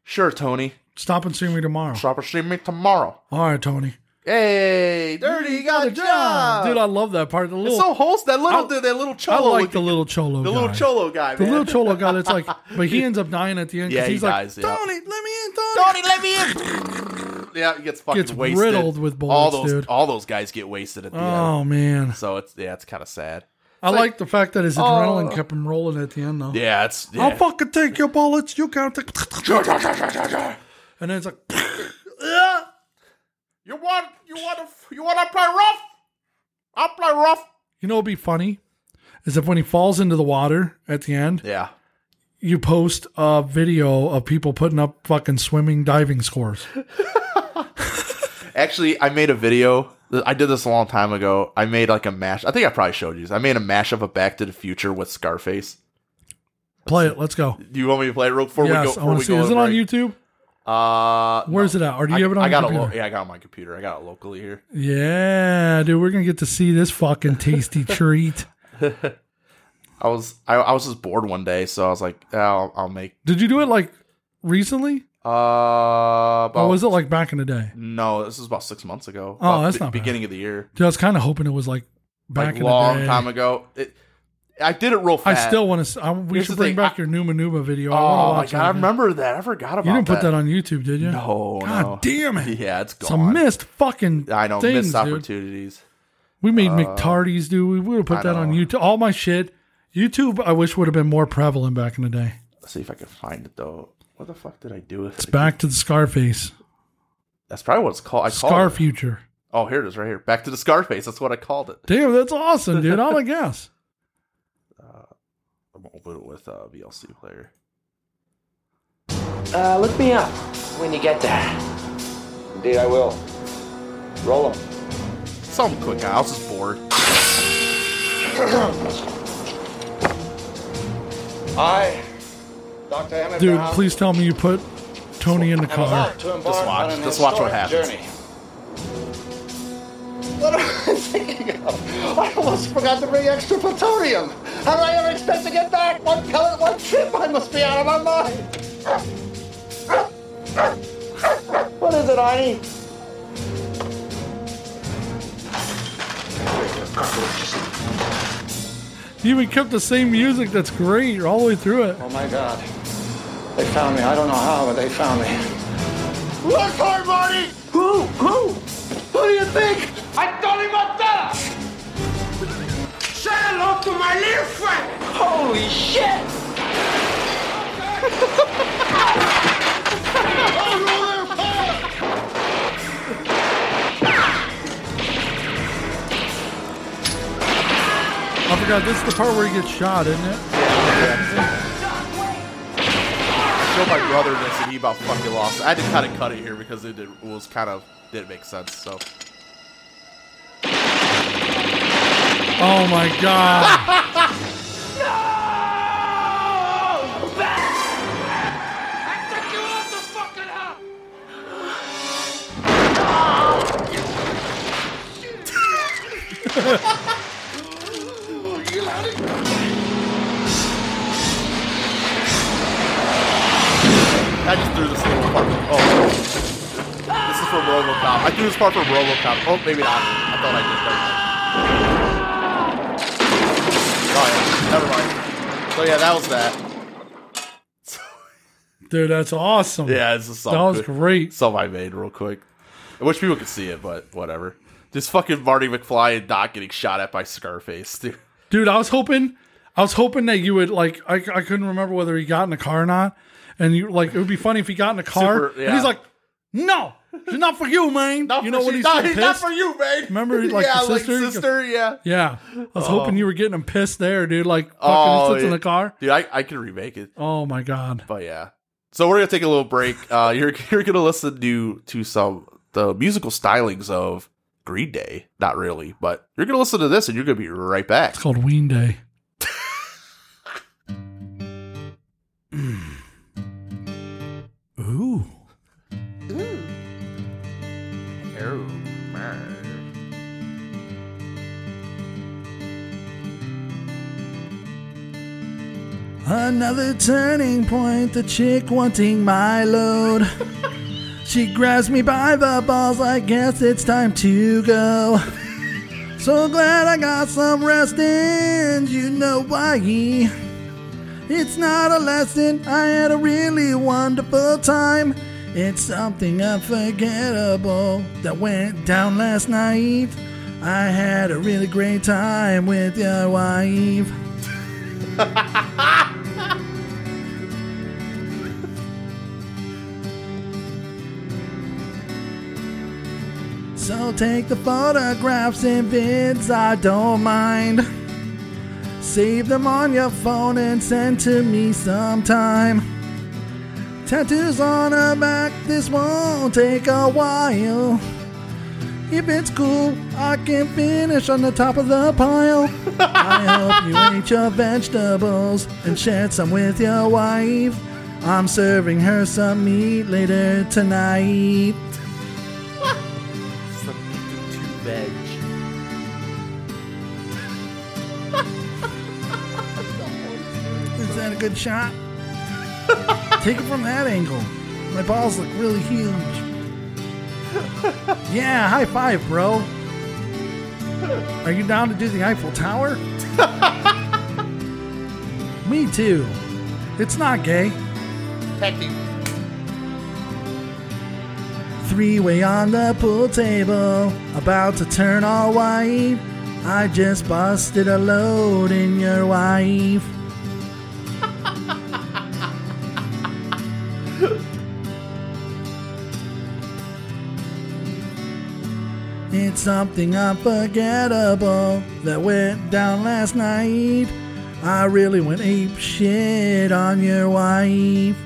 [SPEAKER 5] Sure, Tony.
[SPEAKER 4] Stop and see me tomorrow.
[SPEAKER 5] Stop or see me tomorrow.
[SPEAKER 4] All right, Tony.
[SPEAKER 5] Hey, Dirty you got a job.
[SPEAKER 4] Dude, I love that part. The
[SPEAKER 5] it's
[SPEAKER 4] little,
[SPEAKER 5] so wholesome. That little,
[SPEAKER 4] I-
[SPEAKER 5] that little
[SPEAKER 4] I
[SPEAKER 5] cholo.
[SPEAKER 4] like
[SPEAKER 5] looking-
[SPEAKER 4] the little cholo
[SPEAKER 5] the
[SPEAKER 4] guy.
[SPEAKER 5] little cholo guy,
[SPEAKER 4] The
[SPEAKER 5] man.
[SPEAKER 4] little cholo guy that's like, but he ends up dying at the end
[SPEAKER 5] Yeah,
[SPEAKER 4] because
[SPEAKER 5] he
[SPEAKER 4] he's
[SPEAKER 5] dies,
[SPEAKER 4] like,
[SPEAKER 5] yeah.
[SPEAKER 4] Tony, let me in, Tony.
[SPEAKER 5] Tony, let me in. yeah, he gets fucking
[SPEAKER 4] Gets
[SPEAKER 5] wasted.
[SPEAKER 4] riddled with
[SPEAKER 5] all
[SPEAKER 4] bullets,
[SPEAKER 5] those,
[SPEAKER 4] dude.
[SPEAKER 5] all those guys get wasted at the
[SPEAKER 4] Oh,
[SPEAKER 5] end.
[SPEAKER 4] man.
[SPEAKER 5] So it's yeah, it's kind of sad.
[SPEAKER 4] I like,
[SPEAKER 5] like- Oh.
[SPEAKER 4] the fact that his adrenaline kept him rolling at the end, though.
[SPEAKER 5] Yeah, it's yeah.
[SPEAKER 4] I'll fucking take your bullets. You can't take. And then it's like,
[SPEAKER 5] You want, you want to, you want to play rough? I'll play rough.
[SPEAKER 4] you know, what'd be funny is if when he falls into the water at the end,
[SPEAKER 5] Yeah.
[SPEAKER 4] you post a video of people putting up fucking swimming diving scores.
[SPEAKER 5] Actually, I made a video. I did this a long time ago. I made like a mash. I think I probably showed you. this. I made a mash of a Back to the Future with Scarface.
[SPEAKER 4] Play it. Let's go.
[SPEAKER 5] Do you want me to play it real before we go?
[SPEAKER 4] Yes, I
[SPEAKER 5] before
[SPEAKER 4] want
[SPEAKER 5] we
[SPEAKER 4] to see.
[SPEAKER 5] go
[SPEAKER 4] Is it on
[SPEAKER 5] break?
[SPEAKER 4] YouTube?
[SPEAKER 5] Uh,
[SPEAKER 4] Where's it at? Or do you have it on
[SPEAKER 5] I
[SPEAKER 4] your
[SPEAKER 5] got it.
[SPEAKER 4] computer?
[SPEAKER 5] Lo- yeah, I got it on my computer. I got it locally here.
[SPEAKER 4] Yeah, dude, we're gonna get to see this fucking tasty treat.
[SPEAKER 5] I was I, I was just bored one day, so I was like, "Yeah, I'll, I'll make.
[SPEAKER 4] Did you do it like recently,
[SPEAKER 5] Uh,
[SPEAKER 4] or
[SPEAKER 5] about,
[SPEAKER 4] was it like back in the day?
[SPEAKER 5] No, this was about six months ago.
[SPEAKER 4] Oh,
[SPEAKER 5] About
[SPEAKER 4] that's
[SPEAKER 5] be-
[SPEAKER 4] not bad.
[SPEAKER 5] beginning of the year,
[SPEAKER 4] Dude, I was kind of hoping it was like back
[SPEAKER 5] like
[SPEAKER 4] in
[SPEAKER 5] long
[SPEAKER 4] the day.
[SPEAKER 5] time ago. It, I did it real
[SPEAKER 4] I
[SPEAKER 5] fast.
[SPEAKER 4] still want to. We
[SPEAKER 5] Here's
[SPEAKER 4] should
[SPEAKER 5] the
[SPEAKER 4] bring
[SPEAKER 5] thing,
[SPEAKER 4] back
[SPEAKER 5] I-
[SPEAKER 4] your Numa Nuba video. I wanna
[SPEAKER 5] Oh my
[SPEAKER 4] watch
[SPEAKER 5] god,
[SPEAKER 4] that
[SPEAKER 5] I
[SPEAKER 4] again.
[SPEAKER 5] remember that. I forgot about
[SPEAKER 4] You didn't
[SPEAKER 5] that.
[SPEAKER 4] put that on YouTube, did you?
[SPEAKER 5] No,
[SPEAKER 4] God
[SPEAKER 5] no.
[SPEAKER 4] damn it!
[SPEAKER 5] Yeah, it's gone.
[SPEAKER 4] It's a missed fucking.
[SPEAKER 5] I know
[SPEAKER 4] things,
[SPEAKER 5] missed
[SPEAKER 4] dude.
[SPEAKER 5] opportunities.
[SPEAKER 4] We made McTardies, dude. We would have put
[SPEAKER 5] I
[SPEAKER 4] that on
[SPEAKER 5] know.
[SPEAKER 4] YouTube. All my shit. YouTube, I wish would have been more prevalent back in the day.
[SPEAKER 5] Let's see if I can find it though. What the fuck did I do with
[SPEAKER 1] It's
[SPEAKER 5] it?
[SPEAKER 1] back to the Scarface.
[SPEAKER 5] That's probably what it's called. I
[SPEAKER 1] Scar
[SPEAKER 5] called it.
[SPEAKER 1] Future.
[SPEAKER 5] Oh, here it is, right here. Back to the Scarface. That's what I called it.
[SPEAKER 1] Damn, that's awesome, dude. I'm a guess.
[SPEAKER 5] I'm gonna open it with a VLC player.
[SPEAKER 8] Uh, look me up when you get there.
[SPEAKER 4] Indeed, I will. Roll them.
[SPEAKER 5] Something quick. I was just bored.
[SPEAKER 4] I, Dr. Emmett
[SPEAKER 1] Dude,
[SPEAKER 4] Brown,
[SPEAKER 1] please tell me you put Tony in the
[SPEAKER 4] am
[SPEAKER 1] car.
[SPEAKER 4] about to embark
[SPEAKER 5] watch.
[SPEAKER 4] on an
[SPEAKER 5] Just watch what
[SPEAKER 4] historic
[SPEAKER 5] happens.
[SPEAKER 4] Journey. What am I thinking of? I almost forgot to bring extra plutonium. How do I ever expect to get back? One pellet, one trip. I must be out of my mind. What is it, Arnie?
[SPEAKER 1] You even kept the same music. That's great. All the way through it.
[SPEAKER 4] Oh my God. They found me. I don't know how, but they found me. Look hard, Marty! Who? Who? Who do you think? Anthony Montana! Say hello to my little friend! Holy shit!
[SPEAKER 1] I forgot. This is the part where he gets shot, isn't it?
[SPEAKER 5] Showed my brother this, and he about fucking lost. it. I had to kind of cut it here because it, did, it was kind of didn't make sense. So
[SPEAKER 1] Oh my god.
[SPEAKER 5] I just threw this little part. Oh, this is for RoboCop. I threw this part for RoboCop. Oh, maybe not. I thought I did. Never mind. Oh yeah, never mind. So yeah, that was that.
[SPEAKER 1] Dude, that's awesome.
[SPEAKER 5] Yeah, it's a song.
[SPEAKER 1] That was great.
[SPEAKER 5] Some I made real quick. I wish people could see it, but whatever. Just fucking Marty McFly and Doc getting shot at by Scarface, dude.
[SPEAKER 1] dude i was hoping i was hoping that you would like i, I couldn't remember whether he got in a car or not and you like it would be funny if he got in a car
[SPEAKER 5] Super-
[SPEAKER 1] and he's
[SPEAKER 5] yeah.
[SPEAKER 1] like no she's not for you man
[SPEAKER 5] Not
[SPEAKER 1] you
[SPEAKER 5] for
[SPEAKER 1] know
[SPEAKER 5] she-
[SPEAKER 1] when he's
[SPEAKER 5] not,
[SPEAKER 1] so
[SPEAKER 5] not
[SPEAKER 1] pissed
[SPEAKER 5] for you, man.
[SPEAKER 1] Remember, like,
[SPEAKER 5] yeah,
[SPEAKER 1] the sister?
[SPEAKER 5] like sister, yeah.
[SPEAKER 1] yeah i was hoping you were getting him pissed there dude like fucking
[SPEAKER 5] Oh,
[SPEAKER 1] sits in
[SPEAKER 5] yeah.
[SPEAKER 1] the car
[SPEAKER 5] Dude, I, I can remake it.
[SPEAKER 1] oh my god
[SPEAKER 5] But yeah. So we're gonna take a little break. Uh you're you're gonna listen to to some the musical stylings of Green Day. Not really, but you're gonna listen to this and you're gonna be right back.
[SPEAKER 1] it's called ween day Ooh. Another turning point, the chick wanting my load. she grabs me by the balls, I guess it's time to go. So glad I got some rest, and you know why. It's not a lesson, I had a really wonderful time. It's something unforgettable that went down last night. I had a really great time with your wife. So take the photographs and vids, I don't mind. Save them on your phone and send to me sometime. Tattoos on her back, this won't take a while. If it's cool, I can finish on the top of the pile. I hope you ate your vegetables and shared some with your wife. I'm serving her some meat later tonight. Is that a good shot? Take it from that angle. My balls look really huge. Yeah, high five, bro. Are you down to do the Eiffel Tower? Me too. It's not gay. Three way on the pool table, about to turn all white. I just busted a load in your wife.
[SPEAKER 4] It's something unforgettable that went down last night. I really went ape shit on your wife.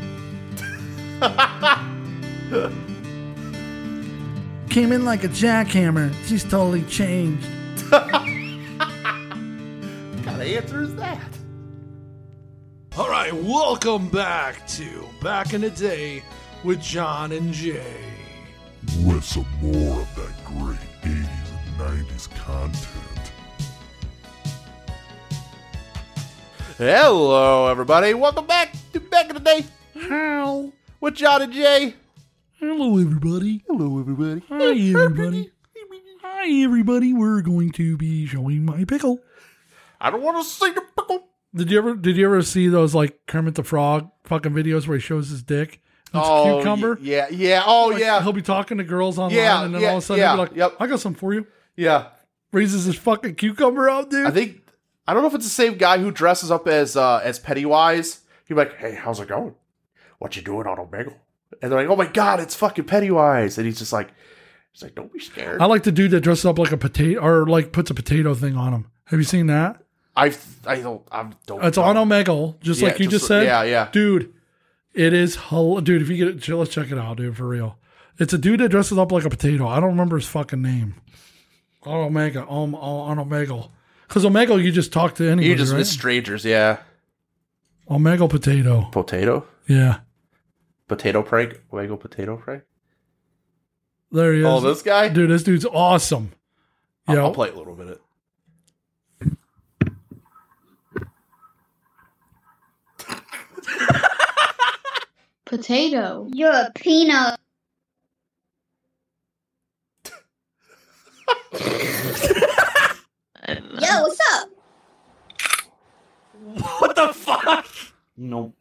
[SPEAKER 4] Came in like a jackhammer. She's totally changed.
[SPEAKER 5] What kind of answer is that?
[SPEAKER 1] All right, welcome back to Back in the Day with John and Jay.
[SPEAKER 3] With some more of that great 80s and 90s content.
[SPEAKER 5] Hello, everybody. Welcome back to Back in the Day. How? With John and Jay.
[SPEAKER 4] Hello, everybody.
[SPEAKER 5] Hello, everybody.
[SPEAKER 4] Hi, everybody. Hi, everybody. We're going to be showing my pickle.
[SPEAKER 5] I don't want to see the pickle.
[SPEAKER 4] Did you ever? Did you ever see those like Kermit the Frog fucking videos where he shows his dick? It's
[SPEAKER 5] oh,
[SPEAKER 4] cucumber.
[SPEAKER 5] y- Yeah, yeah. Oh,
[SPEAKER 4] Like,
[SPEAKER 5] yeah.
[SPEAKER 4] He'll be talking to girls online,
[SPEAKER 5] Yeah,
[SPEAKER 4] and then
[SPEAKER 5] yeah,
[SPEAKER 4] all of a sudden
[SPEAKER 5] yeah,
[SPEAKER 4] he'll be like,
[SPEAKER 5] yep.
[SPEAKER 4] "I got some for you."
[SPEAKER 5] Yeah.
[SPEAKER 4] Raises his fucking cucumber out, dude.
[SPEAKER 5] I think I don't know if it's the same guy who dresses up as uh, as Pennywise. He's like, "Hey, how's it going? What you doing on Omegle?" And they're like, "Oh my god, it's fucking Pennywise!" And he's just like, "He's like, don't be scared."
[SPEAKER 4] I like the dude that dresses up like a potato or like puts a potato thing on him. Have you seen that?
[SPEAKER 5] I've I don't I don't.
[SPEAKER 4] It's
[SPEAKER 5] know.
[SPEAKER 4] on Omegle, just
[SPEAKER 5] Yeah,
[SPEAKER 4] like you just,
[SPEAKER 5] just-
[SPEAKER 4] said.
[SPEAKER 5] yeah, yeah.
[SPEAKER 4] Dude, it is hell. Dude, if you get it, let's check it out, dude, for real. It's a dude that dresses up like a potato. I don't remember his fucking name. On Omega, on, on Omegle. Because Omegle, you just talk to anybody,
[SPEAKER 5] You just
[SPEAKER 4] right?
[SPEAKER 5] miss strangers, yeah.
[SPEAKER 4] Omegle potato.
[SPEAKER 5] Potato,
[SPEAKER 4] Yeah.
[SPEAKER 5] potato prank, Omegle potato prank.
[SPEAKER 4] There he is.
[SPEAKER 5] Oh, this guy.
[SPEAKER 4] Dude, this dude's awesome.
[SPEAKER 5] I'll-
[SPEAKER 4] Yeah.
[SPEAKER 5] I'll play a little minute.
[SPEAKER 9] Potato. You're a peanut. Yo, what's up?
[SPEAKER 10] What the fuck?
[SPEAKER 5] No.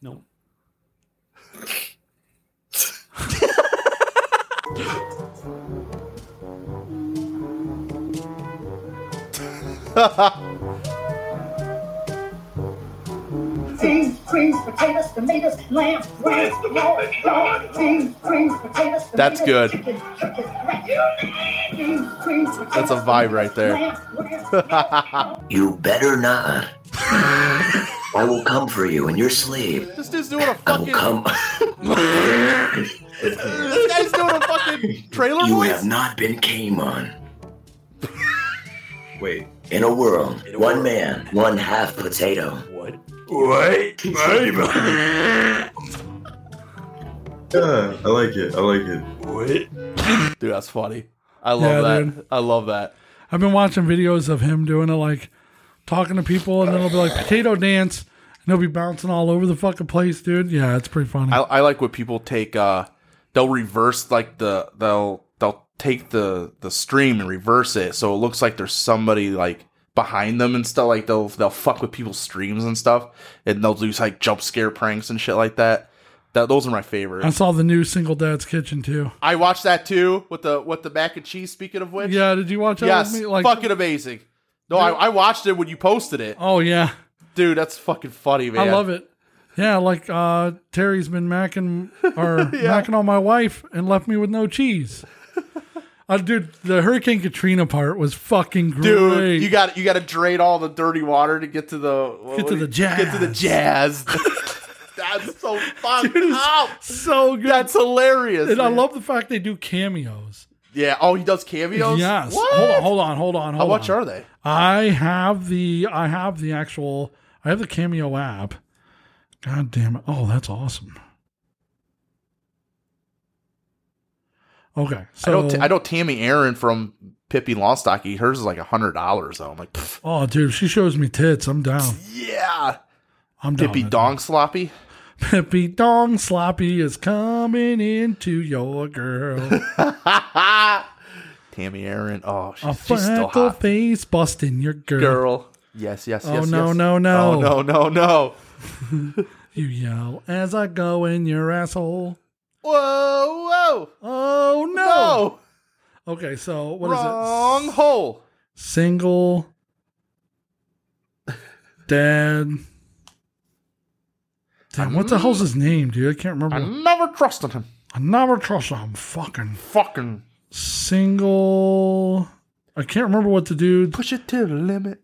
[SPEAKER 10] No.
[SPEAKER 11] Beans, greens, potatoes, tomatoes, lamb, rams, pork, dog, beans, greens, potatoes,
[SPEAKER 5] That's
[SPEAKER 11] tomatoes,
[SPEAKER 5] good.
[SPEAKER 11] chicken, chicken, rat. Beans, greens,
[SPEAKER 5] That's a
[SPEAKER 11] potatoes,
[SPEAKER 5] vibe right there.
[SPEAKER 11] lamb, rams,
[SPEAKER 2] You better not. I will come for you in your sleep.
[SPEAKER 5] This dude's doing a
[SPEAKER 2] I will
[SPEAKER 5] fucking.
[SPEAKER 2] come.
[SPEAKER 5] This guy's doing a fucking trailer
[SPEAKER 2] You
[SPEAKER 5] voice.
[SPEAKER 2] have not been came on. Wait. In a world, one man, one half potato. What? What?
[SPEAKER 12] Yeah, I like it. I like it.
[SPEAKER 5] Dude, that's funny. I love
[SPEAKER 4] Yeah,
[SPEAKER 5] that. I love that.
[SPEAKER 4] I've been watching videos of him doing it, like talking to people, and then he'll be like potato dance, and he'll be bouncing all over the fucking place, dude. Yeah, it's pretty funny.
[SPEAKER 5] I, I like when people take uh they'll reverse like the they'll they'll take the the stream and reverse it so it looks like there's somebody like behind them and stuff like they'll they'll fuck with people's streams and stuff and they'll do like jump scare pranks and shit like that. That those are my
[SPEAKER 4] I
[SPEAKER 5] favorites.
[SPEAKER 4] saw the new Single Dad's Kitchen too.
[SPEAKER 5] I watched that too with the with the mac and cheese. Speaking of which,
[SPEAKER 4] Yeah, did you watch that?
[SPEAKER 5] yes,
[SPEAKER 4] with me? Like,
[SPEAKER 5] fucking amazing. No, I, I watched it when you posted it,
[SPEAKER 4] oh yeah,
[SPEAKER 5] dude. That's fucking funny, man.
[SPEAKER 4] I love it. Yeah, like uh, Terry's been macking or macking on my wife and left me with no cheese. Uh, dude, the Hurricane Katrina part was fucking great.
[SPEAKER 5] dude. You got you got to drain all the dirty water to get to the
[SPEAKER 4] Get to the
[SPEAKER 5] Get to the jazz. That's so fucked
[SPEAKER 4] Dude, it's
[SPEAKER 5] up.
[SPEAKER 4] so good.
[SPEAKER 5] That's hilarious.
[SPEAKER 4] and I
[SPEAKER 5] man.
[SPEAKER 4] love the fact they do cameos.
[SPEAKER 5] Yeah. Oh, he does cameos.
[SPEAKER 4] Yes.
[SPEAKER 5] What?
[SPEAKER 4] Hold on, hold on, hold on,
[SPEAKER 5] How
[SPEAKER 4] hold
[SPEAKER 5] much
[SPEAKER 4] on.
[SPEAKER 5] are they?
[SPEAKER 4] I have the I have the actual I have the Cameo app. God damn it. Oh, that's awesome. Okay. So
[SPEAKER 5] I know. T- I know Tammy Aaron from Pippi Longstocking. Hers is like a hundred dollars. Though I'm like, pff,
[SPEAKER 4] Oh, dude, if she shows me tits, I'm down.
[SPEAKER 5] yeah.
[SPEAKER 4] I'm down.
[SPEAKER 5] Pippi Dong Sloppy.
[SPEAKER 4] Pippi Dong Sloppy is coming into your girl.
[SPEAKER 5] Tammy Aaron. Oh,
[SPEAKER 4] A
[SPEAKER 5] she's, she's still
[SPEAKER 4] freckle
[SPEAKER 5] hot.
[SPEAKER 4] face busting your girl.
[SPEAKER 5] Girl. Yes. Yes.
[SPEAKER 4] Oh,
[SPEAKER 5] yes.
[SPEAKER 4] no,
[SPEAKER 5] yes.
[SPEAKER 4] no, no.
[SPEAKER 5] Oh no no no.
[SPEAKER 4] You yell as I go in your asshole.
[SPEAKER 5] Whoa whoa.
[SPEAKER 4] Oh no.
[SPEAKER 5] No.
[SPEAKER 4] Okay, so what is it?
[SPEAKER 5] Wrong hole.
[SPEAKER 4] single dad. Damn, what the hell's
[SPEAKER 5] Mm.
[SPEAKER 4] his name, dude? I can't remember.
[SPEAKER 5] I never trusted him.
[SPEAKER 4] I never trust him. Fucking
[SPEAKER 5] Fucking
[SPEAKER 1] single. I can't remember what the dude.
[SPEAKER 5] Push it to the limit.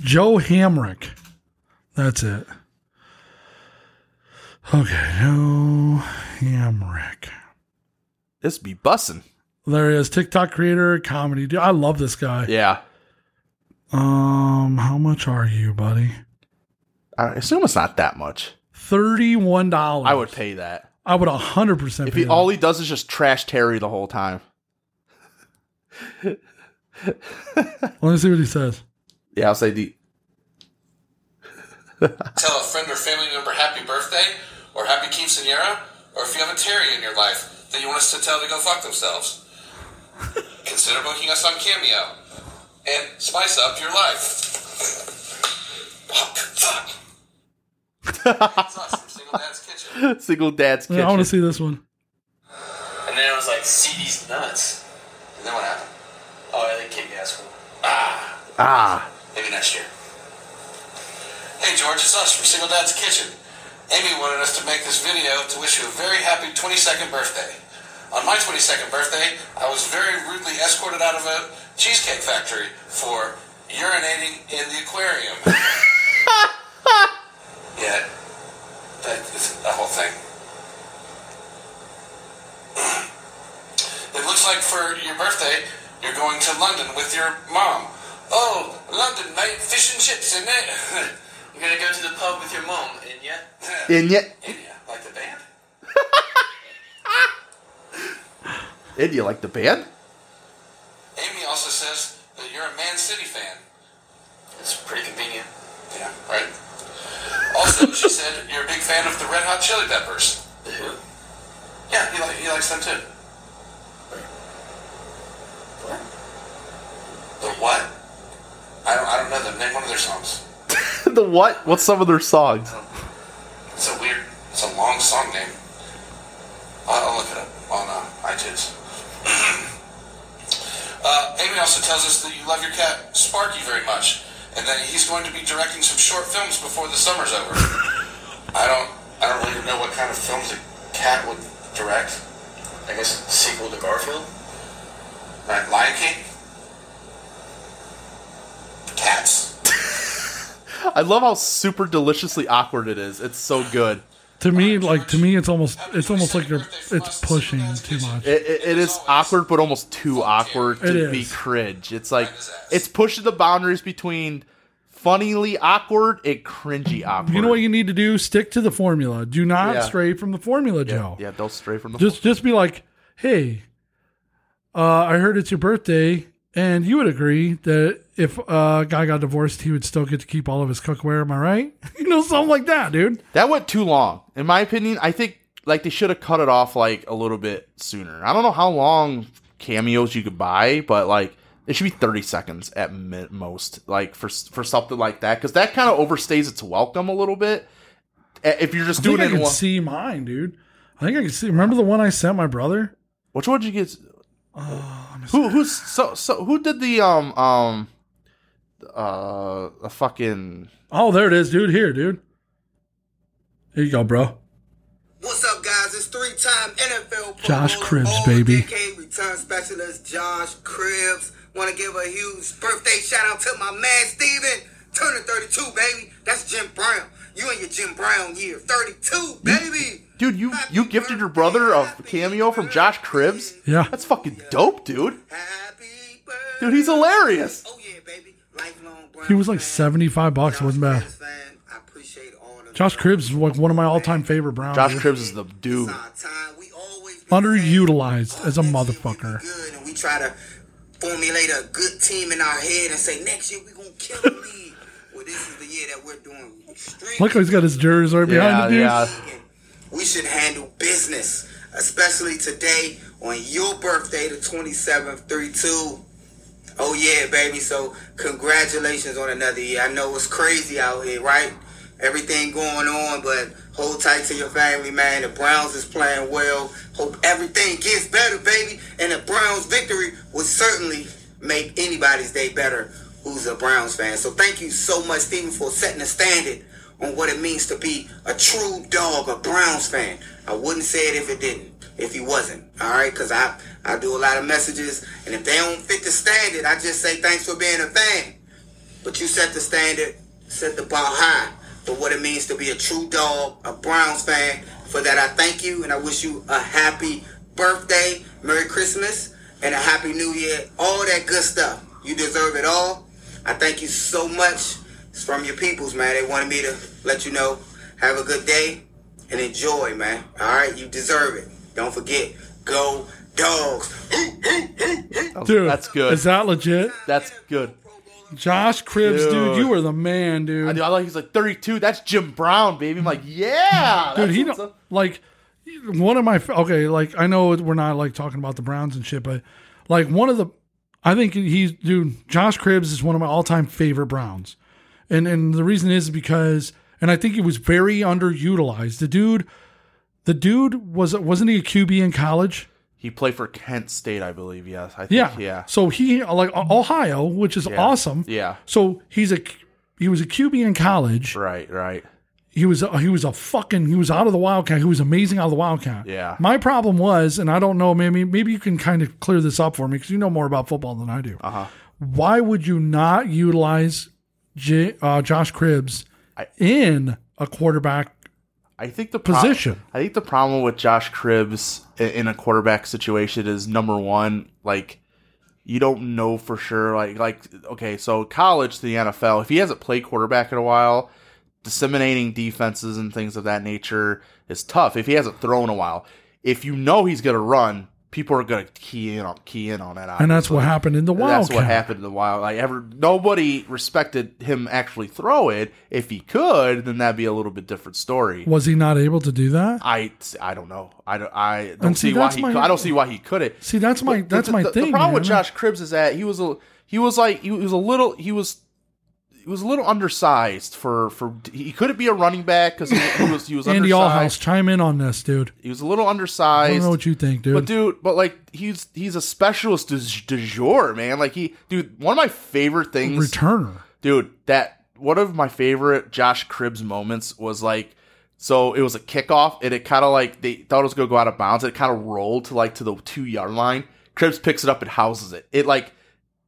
[SPEAKER 1] Joe Hamrick. That's it. Okay, Joe Hamrick.
[SPEAKER 5] This be bussin'.
[SPEAKER 1] There he is, TikTok creator, comedy dude. I love this guy.
[SPEAKER 5] Yeah.
[SPEAKER 1] Um, how much are you, buddy?
[SPEAKER 5] I assume it's not that much.
[SPEAKER 1] Thirty-one dollars.
[SPEAKER 5] I would pay that.
[SPEAKER 1] I would hundred percent.
[SPEAKER 5] If he, all he does is just trash Terry the whole time.
[SPEAKER 1] Let me see what he says.
[SPEAKER 5] Yeah, I'll say the.
[SPEAKER 2] Tell a friend or family member happy birthday or happy quinceanera, or if you have a Terry in your life that you want us to tell to go fuck themselves. Consider booking us on Cameo and spice up your life.
[SPEAKER 5] Single dad's kitchen.
[SPEAKER 1] Yeah, I want to see this one.
[SPEAKER 2] And then it was like, see these nuts. And then what happened? Oh, they kicked me out of school. Ah.
[SPEAKER 5] Ah.
[SPEAKER 2] Maybe next year. Hey, George, it's us from Single Dad's Kitchen. Amy wanted us to make this video to wish you a very happy 22nd birthday. On my 22nd birthday, I was very rudely escorted out of a cheesecake factory for urinating in the aquarium. yeah, that, that whole thing. It looks like for your birthday, you're going to London with your mom. Oh, London, mate, fish and chips, isn't it?
[SPEAKER 13] You're gonna go to the pub with your mom, Inya?
[SPEAKER 5] Inya.
[SPEAKER 2] India, like the band?
[SPEAKER 5] India, like the band?
[SPEAKER 2] Amy also says that you're a Man City fan.
[SPEAKER 13] It's pretty convenient.
[SPEAKER 2] Yeah, right. Also, she said you're a big fan of the Red Hot Chili Peppers.
[SPEAKER 13] Mm-hmm.
[SPEAKER 2] Yeah, he, li- he likes them too.
[SPEAKER 13] What?
[SPEAKER 2] The what? I don't, I don't know them. Name one of their songs.
[SPEAKER 5] the what? What's some of their songs?
[SPEAKER 2] It's a weird, it's a long song name. I'll, I'll look it up on uh, iTunes. uh, Amy also tells us that you love your cat Sparky very much, and that he's going to be directing some short films before the summer's over. I don't, I don't really know what kind of films a cat would direct.
[SPEAKER 13] I guess sequel to Garfield?
[SPEAKER 2] Right, Lion King. Cats.
[SPEAKER 5] I love how super deliciously awkward it is. It's so good.
[SPEAKER 1] To me, like to me, it's almost it's almost like you're it's pushing too much.
[SPEAKER 5] It, it, it is awkward, but almost too awkward
[SPEAKER 1] It
[SPEAKER 5] to
[SPEAKER 1] is.
[SPEAKER 5] be cringe. It's like it's pushing the boundaries between funnily awkward and cringy awkward.
[SPEAKER 1] You know what you need to do? Stick to the formula. Do not
[SPEAKER 5] Yeah.
[SPEAKER 1] stray from the formula, Joe.
[SPEAKER 5] Yeah, don't stray from the.
[SPEAKER 1] Just just be like, hey, uh, I heard it's your birthday, and you would agree that if a guy got divorced, he would still get to keep all of his cookware. Am I right? you know, something like that, dude.
[SPEAKER 5] That went too long, in my opinion. I think like they should have cut it off like a little bit sooner. I don't know how long cameos you could buy, but like it should be thirty seconds at mi- most, like for s- for something like that, because that kind of overstays its welcome a little bit. A- If you're just
[SPEAKER 1] I
[SPEAKER 5] doing
[SPEAKER 1] think I
[SPEAKER 5] it, in
[SPEAKER 1] can
[SPEAKER 5] one-
[SPEAKER 1] see mine, dude. I think I can see. Remember the one I sent my brother?
[SPEAKER 5] Which one did you get?
[SPEAKER 1] Oh,
[SPEAKER 5] who who's so so who did the um um uh a fucking
[SPEAKER 1] Oh, there it is, dude. Here, dude. Here you go, bro.
[SPEAKER 9] What's up, guys? It's three-time NFL Pro
[SPEAKER 1] Josh
[SPEAKER 9] Bowler,
[SPEAKER 1] Cribbs,
[SPEAKER 9] all
[SPEAKER 1] baby.
[SPEAKER 9] Decade return specialist Josh Cribbs. Want to give a huge birthday shout out to my man Steven, turning 32, baby. That's Jim Brown. You in your Jim Brown year, 32, baby.
[SPEAKER 5] dude you you gifted your brother a cameo from Josh Cribbs?
[SPEAKER 1] Yeah,
[SPEAKER 5] that's fucking dope, dude. Dude, he's hilarious.
[SPEAKER 1] Oh, He was like seventy five bucks. It wasn't bad. Josh Cribbs is like one of my all time favorite Browns.
[SPEAKER 5] Josh
[SPEAKER 1] dude.
[SPEAKER 5] Cribbs is the dude.
[SPEAKER 1] underutilized as a motherfucker.
[SPEAKER 9] Good, and we try to formulate a good team in our head and say next year we gonna kill the league. well, this is the year that we're doing.
[SPEAKER 1] Look how he's got his jurors right behind
[SPEAKER 5] Yeah,
[SPEAKER 1] the dude.
[SPEAKER 9] We should handle business, especially today on your birthday, the 27th, 32. Oh, yeah, baby. So, congratulations on another year. I know it's crazy out here, right? Everything going on, but hold tight to your family, man. The Browns is playing well. Hope everything gets better, baby. And the Browns victory would certainly make anybody's day better who's a Browns fan. So, thank you so much, Steven, for setting the standard on what it means to be a true dog, a Browns fan. I wouldn't say it if it didn't, if he wasn't. All right, because I I do a lot of messages, and if they don't fit the standard, I just say thanks for being a fan. But you set the standard, set the bar high for what it means to be a true dog, a Browns fan. For that, I thank you, and I wish you a happy birthday, Merry Christmas, and a Happy New Year. All that good stuff. You deserve it all. I thank you so much. It's from your peoples, man. They wanted me to let you know. Have a good day and enjoy, man. All right, you deserve it. Don't forget, go dogs.
[SPEAKER 1] Dude,
[SPEAKER 5] that's good.
[SPEAKER 1] Is that legit?
[SPEAKER 5] That's good.
[SPEAKER 1] Josh Cribs, dude,
[SPEAKER 5] Dude.
[SPEAKER 1] you were the man, dude.
[SPEAKER 5] I, know, I like he's like 32. That's Jim Brown, baby. I'm like, yeah.
[SPEAKER 1] dude,
[SPEAKER 5] that's
[SPEAKER 1] he
[SPEAKER 5] what's
[SPEAKER 1] don't
[SPEAKER 5] up.
[SPEAKER 1] like one of my okay. Like I know we're not like talking about the Browns and shit, but like one of the, I think he's dude. Josh Cribs is one of my all time favorite Browns, and and the reason is because and I think he was very underutilized. The dude, the dude was wasn't he a QB in college?
[SPEAKER 5] He played for Kent State, I believe. Yes, I think.
[SPEAKER 1] Yeah,
[SPEAKER 5] yeah.
[SPEAKER 1] So he like Ohio, which is
[SPEAKER 5] Yeah.
[SPEAKER 1] awesome.
[SPEAKER 5] Yeah.
[SPEAKER 1] So he's a he was a QB in college.
[SPEAKER 5] Right, right.
[SPEAKER 1] he was a, he was a fucking he was out of the wildcat. He was amazing out of the wildcat.
[SPEAKER 5] Yeah.
[SPEAKER 1] My problem was, and I don't know, maybe maybe you can kind of clear this up for me because you know more about football than I do.
[SPEAKER 5] Uh-huh.
[SPEAKER 1] Why would you not utilize J, uh, Josh Cribs in a quarterback?
[SPEAKER 5] I think the
[SPEAKER 1] Position.
[SPEAKER 5] I think the problem with Josh Cribbs i- in a quarterback situation is number one, like you don't know for sure. Like like okay, so college to the NFL, if he hasn't played quarterback in a while, disseminating defenses and things of that nature is tough. If he hasn't thrown a while, if you know he's gonna run, people are gonna key in on key in on that.
[SPEAKER 1] And that's what
[SPEAKER 5] obviously.
[SPEAKER 1] happened in the wildcat.
[SPEAKER 5] That's what happened in the wild. Like ever, nobody respected him actually throw it. If he could, then that'd be a little bit different story.
[SPEAKER 1] Was he not able to do that?
[SPEAKER 5] I, I don't know. I don't, I don't
[SPEAKER 1] And see,
[SPEAKER 5] see, why
[SPEAKER 1] that's
[SPEAKER 5] he.
[SPEAKER 1] my-
[SPEAKER 5] cou- I don't see why he couldn't.
[SPEAKER 1] See, that's my
[SPEAKER 5] But
[SPEAKER 1] that's
[SPEAKER 5] the,
[SPEAKER 1] my
[SPEAKER 5] the,
[SPEAKER 1] thing.
[SPEAKER 5] The problem
[SPEAKER 1] man.
[SPEAKER 5] with Josh Cribbs is that he was a he was like he was a little he was he was a little undersized for for he couldn't be a running back because he, he was he was
[SPEAKER 1] Andy Allhouse,
[SPEAKER 5] undersized.
[SPEAKER 1] chime in on this, dude.
[SPEAKER 5] He was a little
[SPEAKER 1] I
[SPEAKER 5] undersized.
[SPEAKER 1] don't know what you think, dude.
[SPEAKER 5] But dude, but like he's he's a specialist du, du jour, man. Like he, dude, one of my favorite things,
[SPEAKER 1] Returner.
[SPEAKER 5] dude. That one of my favorite Josh Cribbs moments was like, so it was a kickoff, and it kind of like they thought it was gonna go out of bounds, and it kind of rolled to like to the two yard line. Cribbs picks it up and houses it. It like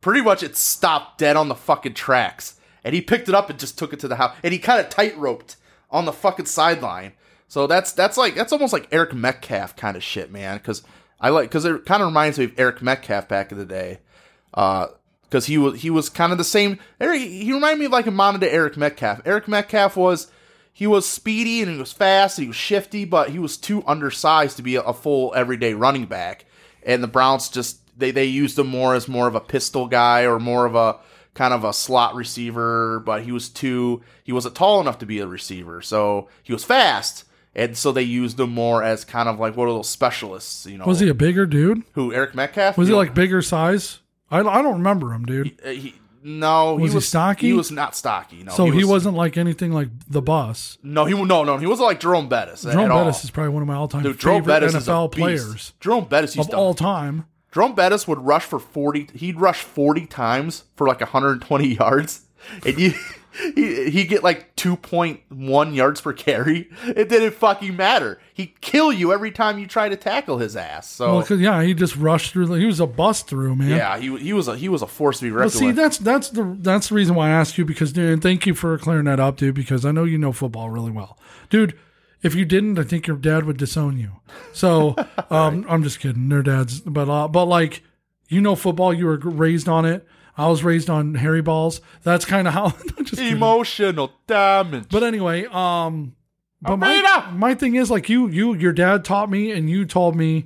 [SPEAKER 5] pretty much it stopped dead on the fucking tracks. And he picked it up and just took it to the house. And he kind of tight roped on the fucking sideline. So that's that's like that's almost like Eric Metcalf kind of shit, man. Because I like because it kind of reminds me of Eric Metcalf back in the day. Because he was he was kind of the same. Eric, he reminded me of like a modern day Eric Metcalf. Eric Metcalf was he was speedy and he was fast and he was shifty, but he was too undersized to be a, a full everyday running back. And the Browns just they they used him more as more of a pistol guy or more of a kind of a slot receiver, but he was too he wasn't tall enough to be a receiver, so he was fast. And so they used him more as kind of like one of those specialists, you know.
[SPEAKER 1] was he a bigger dude?
[SPEAKER 5] who Eric Metcalf?
[SPEAKER 1] Was he
[SPEAKER 5] No.
[SPEAKER 1] like bigger size? I, I don't remember him, dude.
[SPEAKER 5] Uh, he, no?
[SPEAKER 1] Was he stocky?
[SPEAKER 5] He was not stocky. No,
[SPEAKER 1] so he, was, not like anything like the boss.
[SPEAKER 5] No, he no no he wasn't like Jerome Bettis. at-
[SPEAKER 1] Jerome
[SPEAKER 5] at all.
[SPEAKER 1] Bettis is probably one of my all-time
[SPEAKER 5] Dude, Jerome
[SPEAKER 1] favorite
[SPEAKER 5] Bettis is a
[SPEAKER 1] NFL
[SPEAKER 5] beast.
[SPEAKER 1] players
[SPEAKER 5] Jerome Bettis used
[SPEAKER 1] of
[SPEAKER 5] to
[SPEAKER 1] all time.
[SPEAKER 5] Jerome Bettis would rush for 40. He'd rush 40 times for like 120 yards. And you. He he get like two point one yards per carry. It didn't fucking matter. He'd kill you every time you try to tackle his ass. So
[SPEAKER 1] Well, 'cause, yeah, he just rushed through. the- He was a bust through, man.
[SPEAKER 5] yeah, he he was a he was a force to be
[SPEAKER 1] But
[SPEAKER 5] reckoned
[SPEAKER 1] see,
[SPEAKER 5] with.
[SPEAKER 1] that's that's the that's the reason why I asked you because, dude, and thank you for clearing that up, dude. Because I know you know football really well, dude. If you didn't, I think your dad would disown you. So um, I'm just kidding. Their dads, but uh, but like you know football, you were raised on it. I was raised on Harry balls. That's kind of how. I'm just kidding.
[SPEAKER 5] Emotional damage.
[SPEAKER 1] But anyway, um, but my, my thing is like you you your dad taught me and you told me,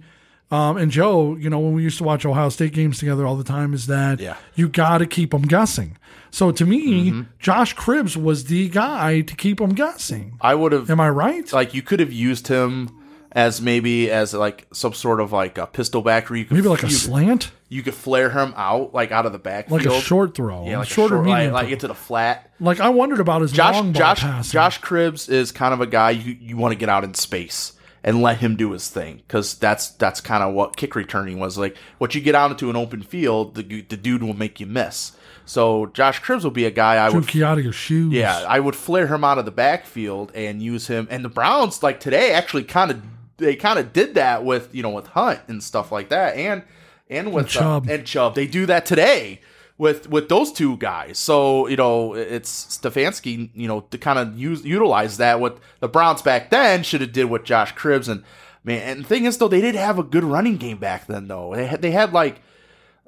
[SPEAKER 1] um, and Joe, you know when we used to watch Ohio State games together all the time is that
[SPEAKER 5] Yeah. Mm-hmm.
[SPEAKER 1] you got to keep them guessing. So to me, Josh Cribbs was the guy to keep them guessing.
[SPEAKER 5] I would have.
[SPEAKER 1] Am I right?
[SPEAKER 5] Like you could have used him as maybe as like some sort of like a pistol back, where you could
[SPEAKER 1] Maybe like a
[SPEAKER 5] you,
[SPEAKER 1] slant,
[SPEAKER 5] You could flare him out like out of the
[SPEAKER 1] like
[SPEAKER 5] backfield,
[SPEAKER 1] a short throw,
[SPEAKER 5] yeah, like
[SPEAKER 1] shorter
[SPEAKER 5] a short, like,
[SPEAKER 1] medium.
[SPEAKER 5] like into the flat.
[SPEAKER 1] throw. Like, I wondered about his
[SPEAKER 5] Josh
[SPEAKER 1] long ball
[SPEAKER 5] Josh
[SPEAKER 1] pass.
[SPEAKER 5] Josh Cribbs is kind of a guy you you want to get out in space. and let him do his thing because that's that's kind of what kick returning was like. What you get out into an open field, the, gu- the dude will make you miss. So Josh Cribbs will be a guy I
[SPEAKER 1] Drew
[SPEAKER 5] would
[SPEAKER 1] Key out of your shoes.
[SPEAKER 5] yeah, I would flare him out of the backfield and use him. And the Browns, like today, actually kind of they kind of did that with you know with Hunt and stuff like that, and and with
[SPEAKER 1] And Chubb.
[SPEAKER 5] Uh, and Chubb. They do that today with with those two guys. So you know it's Stefanski, you know, to kind of use utilize that. What the Browns back then should have did with Josh Cribbs and man. And the thing is though, they did have a good running game back then though. They had they had like.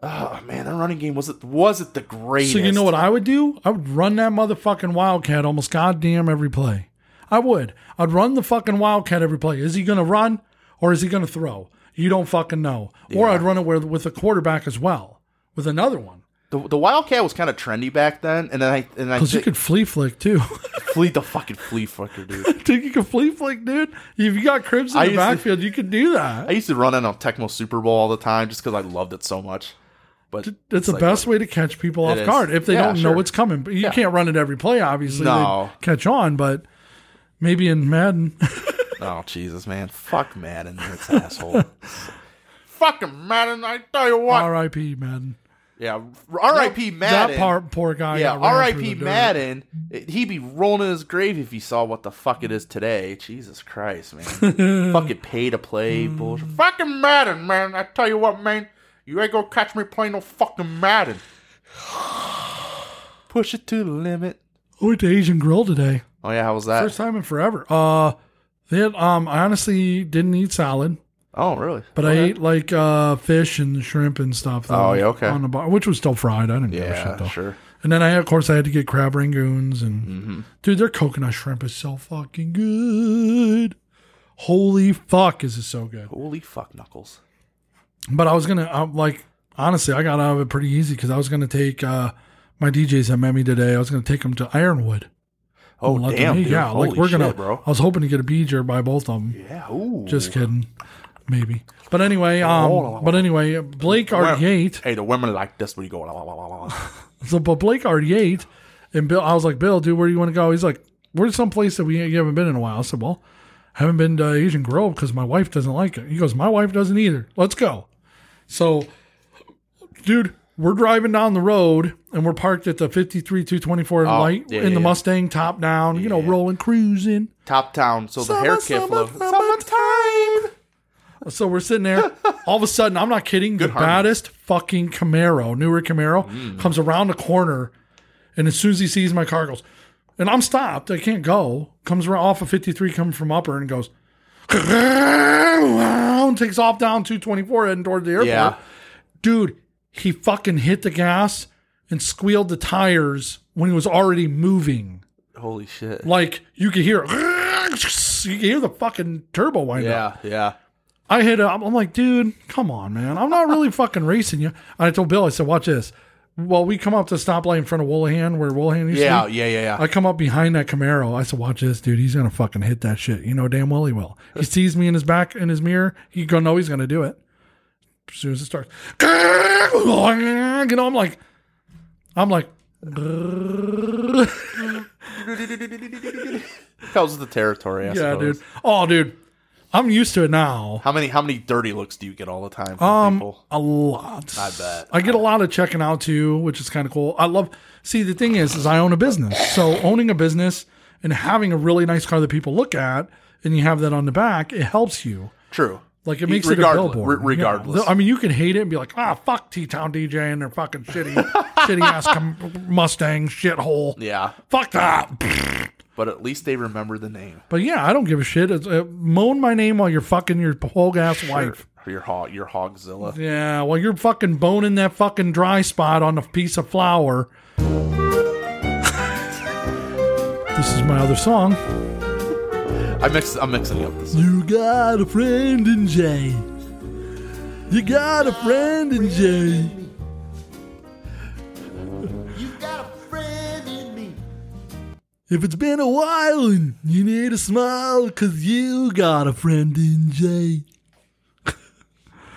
[SPEAKER 5] Oh man, their running game was it was it the greatest?
[SPEAKER 1] So you know what I would do? I would run that motherfucking wildcat almost goddamn every play. I would. I'd run the fucking wildcat every play. Is he going to run or is he going to throw? You don't fucking know. Or I'd run it with with a quarterback as well, with another one,
[SPEAKER 5] The, the Wildcat was kind of trendy back then, and then I and I
[SPEAKER 1] because you
[SPEAKER 5] think
[SPEAKER 1] could flea flick too.
[SPEAKER 5] flea the fucking flea fucker dude.
[SPEAKER 1] Think you could flea flick, dude? If you got cribs in
[SPEAKER 5] I
[SPEAKER 1] the
[SPEAKER 5] used to-
[SPEAKER 1] backfield, you could do that.
[SPEAKER 5] I used to run in on Tecmo Super Bowl all the time just because I loved it so much. But
[SPEAKER 1] It's the
[SPEAKER 5] like-
[SPEAKER 1] best way to catch people
[SPEAKER 5] It
[SPEAKER 1] off
[SPEAKER 5] is.
[SPEAKER 1] guard if they
[SPEAKER 5] Yeah,
[SPEAKER 1] don't know
[SPEAKER 5] sure.
[SPEAKER 1] what's coming. But you
[SPEAKER 5] Yeah.
[SPEAKER 1] can't run it every play, obviously. they'd
[SPEAKER 5] No.
[SPEAKER 1] catch on, but maybe in Madden.
[SPEAKER 5] Oh Jesus, man! Fuck Madden, it's an asshole.
[SPEAKER 4] Fucking Madden, I tell you what.
[SPEAKER 1] R.I.P. Madden.
[SPEAKER 5] Yeah, R.I.P.
[SPEAKER 1] That-
[SPEAKER 5] Madden.
[SPEAKER 1] That part, poor guy.
[SPEAKER 5] Yeah,
[SPEAKER 1] got ran
[SPEAKER 5] R.I.P.
[SPEAKER 1] through the dirt.
[SPEAKER 5] Madden. it- He'd be rolling in his grave if he saw what the fuck it is today. Jesus Christ, man! fucking pay to play bullshit.
[SPEAKER 4] Fucking Madden, man. I tell you what, man. You ain't gonna catch me playing no fucking Madden.
[SPEAKER 5] Push it to the limit.
[SPEAKER 1] I went to Asian Grill today.
[SPEAKER 5] Oh yeah, how was that?
[SPEAKER 1] First time in forever. Uh, they had, um, I honestly didn't eat salad,
[SPEAKER 5] oh really?
[SPEAKER 1] but I ate like uh fish and shrimp and stuff.
[SPEAKER 5] Oh, yeah, okay.
[SPEAKER 1] On the bar, which was still fried. I didn't give a
[SPEAKER 5] Yeah,
[SPEAKER 1] shit though.
[SPEAKER 5] sure. Mm-hmm.
[SPEAKER 1] And then I, of course, I had to get crab rangoons and dude, their coconut shrimp is so fucking good. Holy fuck, is it so good?
[SPEAKER 5] Holy fuck, Knuckles.
[SPEAKER 1] But I was gonna I'm like honestly, I got out of it pretty easy because I was gonna take uh, my DJs that met me today. I was gonna take them to Ironwood.
[SPEAKER 5] Oh,
[SPEAKER 1] And let them
[SPEAKER 5] damn,
[SPEAKER 1] eat.
[SPEAKER 5] dude.
[SPEAKER 1] Yeah,
[SPEAKER 5] Holy
[SPEAKER 1] like we're gonna.
[SPEAKER 5] shit, bro.
[SPEAKER 1] I was hoping to get a beater by both of them.
[SPEAKER 5] Yeah, ooh.
[SPEAKER 1] Just kidding, maybe. But anyway, um, but anyway, Blake
[SPEAKER 5] Well,
[SPEAKER 1] Arcade.
[SPEAKER 5] Hey, the women like this when you go. La, la, la, la, la.
[SPEAKER 1] So, but Blake already ate, and Bill, I was like, Bill, dude, where do you want to go? He's like, we're someplace that we you haven't been in a while. I said, well, I haven't been to Asian Grove because my wife doesn't like it. He goes, my wife doesn't either. Let's go. So, dude, we're driving down the road and we're parked at the 53 224
[SPEAKER 5] Oh,
[SPEAKER 1] light
[SPEAKER 5] yeah,
[SPEAKER 1] in the
[SPEAKER 5] yeah.
[SPEAKER 1] Mustang top down, you know, rolling, cruising.
[SPEAKER 5] Top town, so the hair kit flow. Summertime.
[SPEAKER 1] So we're sitting there. All of a sudden, I'm not kidding. the
[SPEAKER 5] harmony. Mm.
[SPEAKER 1] baddest fucking Camaro, newer Camaro, comes around the corner, and as soon as he sees my car, goes, and I'm stopped. I can't go. Comes around off of 53, coming from upper, and goes, and takes off down 224, heading toward the airport.
[SPEAKER 5] Yeah.
[SPEAKER 1] Dude, he fucking hit the gas and squealed the tires when he was already moving.
[SPEAKER 5] Holy shit.
[SPEAKER 1] Like you could hear, you could hear the fucking turbo wind up.
[SPEAKER 5] Yeah, yeah.
[SPEAKER 1] I hit up. I'm like, dude, come on, man. I'm not really fucking racing you. And I told Bill, I said, watch this. Well, we come up to the stoplight in front of Woolahan, where Woolahan used
[SPEAKER 5] Yeah,
[SPEAKER 1] to be.
[SPEAKER 5] yeah, yeah, yeah.
[SPEAKER 1] I come up behind that Camaro. I said, watch this, dude. He's going to fucking hit that shit. You know damn well he will. He sees me in his back, in his mirror. He going to know he's going to do it. As soon as it starts. You know, I'm like, I'm like,
[SPEAKER 5] Comes with the territory, I
[SPEAKER 1] yeah,
[SPEAKER 5] suppose.
[SPEAKER 1] dude. Oh, dude. I'm used to it now.
[SPEAKER 5] How many how many dirty looks do you get all the time from
[SPEAKER 1] Um,
[SPEAKER 5] people?
[SPEAKER 1] a lot.
[SPEAKER 5] I bet.
[SPEAKER 1] I get a lot of checking out too, which is kind of cool. I love. See, the thing is, is I own a business, so owning a business and having a really nice car that people look at, and you have that on the back, it helps you.
[SPEAKER 5] True.
[SPEAKER 1] Like it makes
[SPEAKER 5] Regardless-
[SPEAKER 1] it a billboard.
[SPEAKER 5] re-
[SPEAKER 1] you know?
[SPEAKER 5] regardless.
[SPEAKER 1] I mean, you can hate it and be like, ah, fuck T Town DJ and their fucking shitty, shitty ass com- Mustang shithole.
[SPEAKER 5] Yeah.
[SPEAKER 1] Fuck that.
[SPEAKER 5] But at least they remember the name.
[SPEAKER 1] But yeah, I don't give a shit. It's, uh, moan my name while you're fucking your whole ass wife.
[SPEAKER 5] Or your hog your hogzilla.
[SPEAKER 1] Yeah, well, you're fucking boning that fucking dry spot on a piece of flour. this is my other song.
[SPEAKER 5] I mix I'm mixing up this.
[SPEAKER 1] You got a friend in Jay. You got a friend in Jay. If it's been a while and you need a smile, cause you got a friend in Jay.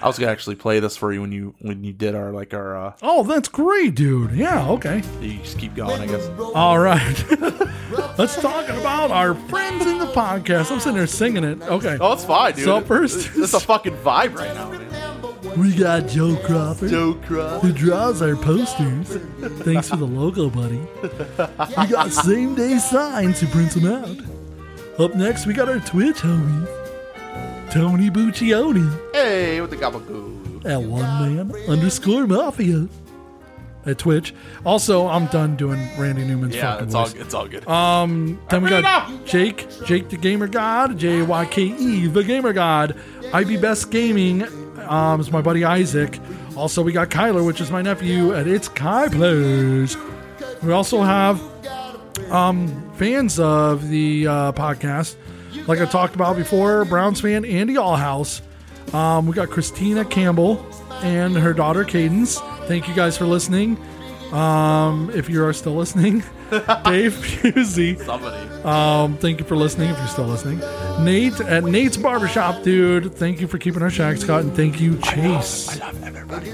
[SPEAKER 5] I was gonna actually play this for you when you when you did our like our uh
[SPEAKER 1] Oh, that's great, dude. Yeah, okay.
[SPEAKER 5] you just keep going, I guess.
[SPEAKER 1] All right. Let's talk about our friends in the podcast. I'm sitting there singing it. Okay.
[SPEAKER 5] Oh, it's fine, dude.
[SPEAKER 1] So first,
[SPEAKER 5] it's a fucking vibe right now. Man.
[SPEAKER 1] we got Joe Crawford.
[SPEAKER 5] Joe Crawford.
[SPEAKER 1] Who draws our posters. Thanks for the logo, buddy. We got same day signs who prints them out. Up next, we got our Twitch homie, Tony Buccioni
[SPEAKER 5] Hey, with the gabagoo.
[SPEAKER 1] at one man underscore mafia at Twitch. Also, I'm done doing Randy Newman's
[SPEAKER 5] Yeah,
[SPEAKER 1] fucking
[SPEAKER 5] it's
[SPEAKER 1] voice.
[SPEAKER 5] all it's all good.
[SPEAKER 1] Um, then we
[SPEAKER 5] Bring it
[SPEAKER 1] got Jake, Jake the Gamer God, J Y K E, the Gamer God, IB Best Gaming, um, is my buddy Isaac. Also, we got Kyler, which is my nephew, and it's Kai Plays. We also have um, fans of the uh, podcast, like I talked about before, Browns fan Andy Allhouse. Um, we got Christina Campbell and her daughter Cadence. Thank you guys for listening. Um, if you are still listening, Dave Pusey.
[SPEAKER 5] Somebody.
[SPEAKER 1] Um, thank you for listening. If you're still listening, Nate at Nate's Barbershop, dude. Thank you for keeping our shacks cut, and thank you, Chase. I love, everybody.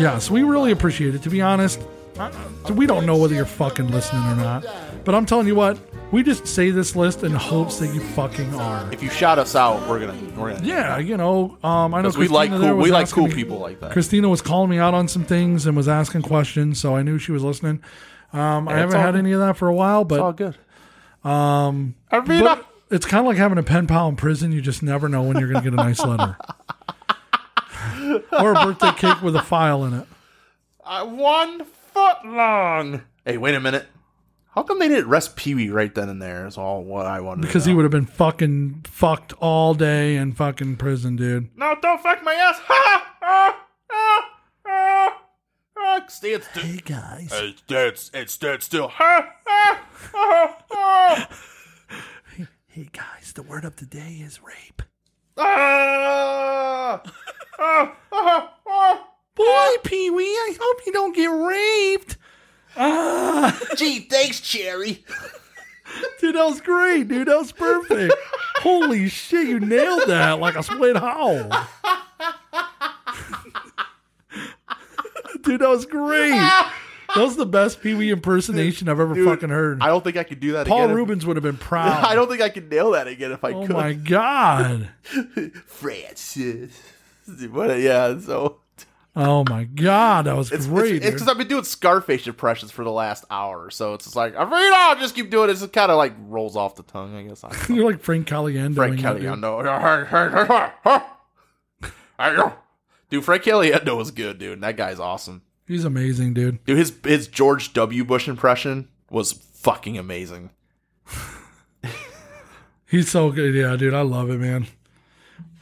[SPEAKER 1] Yes, we really appreciate it. To be honest, I- I- we don't know whether you're fucking listening or not, but I'm telling you what, we just say this list in hopes that you fucking are.
[SPEAKER 5] If you shout us out, we're gonna we're gonna
[SPEAKER 1] Yeah, you know, um, I know
[SPEAKER 5] 'Cause we like
[SPEAKER 1] Christina there
[SPEAKER 5] cool
[SPEAKER 1] was
[SPEAKER 5] we like
[SPEAKER 1] asking
[SPEAKER 5] cool
[SPEAKER 1] me-
[SPEAKER 5] people like that.
[SPEAKER 1] Christina was calling me out on some things and was asking questions, so I knew she was listening. Um, I
[SPEAKER 5] Hey, it's
[SPEAKER 1] haven't
[SPEAKER 5] all
[SPEAKER 1] had
[SPEAKER 5] good.
[SPEAKER 1] any of that for a while, but
[SPEAKER 5] it's all good.
[SPEAKER 1] Um, but it's kind of like having a pen pal in prison. You just never know when you're going to get a nice letter or a birthday cake with a file in it.
[SPEAKER 5] I one foot long. Hey, wait a minute. How come they didn't rest Pee Wee right then and there? Is all what I wanted.
[SPEAKER 1] Because
[SPEAKER 5] to
[SPEAKER 1] he would have been fucking fucked all day in fucking prison, dude.
[SPEAKER 5] no, don't fuck my ass. Ha! Ah! Ah! Ah! Ah! Stand still. Hey
[SPEAKER 1] guys.
[SPEAKER 5] Hey, stand, hey, stand still. Ha!
[SPEAKER 1] Hey guys, the word of the day is rape.
[SPEAKER 5] Ah! Ah! Ah! Ah!
[SPEAKER 1] Boy, Pee Wee, I hope you don't get raped. Ah.
[SPEAKER 5] Gee, thanks, Cherry.
[SPEAKER 1] Dude, that was great, dude. That was perfect. Holy shit, you nailed that like a split howl. dude, that was great. That was the best Pee Wee impersonation I've ever
[SPEAKER 5] Dude,
[SPEAKER 1] fucking heard.
[SPEAKER 5] I don't think I could do that
[SPEAKER 1] Paul
[SPEAKER 5] again. if-
[SPEAKER 1] Rubens would have been proud.
[SPEAKER 5] I don't think I could nail that again if I
[SPEAKER 1] oh
[SPEAKER 5] could.
[SPEAKER 1] my god.
[SPEAKER 5] Francis. What- yeah, so
[SPEAKER 1] Oh my god, that was
[SPEAKER 5] it's,
[SPEAKER 1] great.
[SPEAKER 5] it's, it's
[SPEAKER 1] dude.
[SPEAKER 5] just I've been doing Scarface impressions for the last hour, so it's just like I'm ready I'll just keep doing it. It's just kind of like rolls off the tongue, I guess. I don't know.
[SPEAKER 1] You're like Frank Caliendo.
[SPEAKER 5] Frank Caliendo. dude, Frank Caliendo was good, dude. That guy's awesome.
[SPEAKER 1] He's amazing, dude.
[SPEAKER 5] Dude, his his George W. Bush impression was fucking amazing.
[SPEAKER 1] He's so good. Yeah, dude, I love it, man.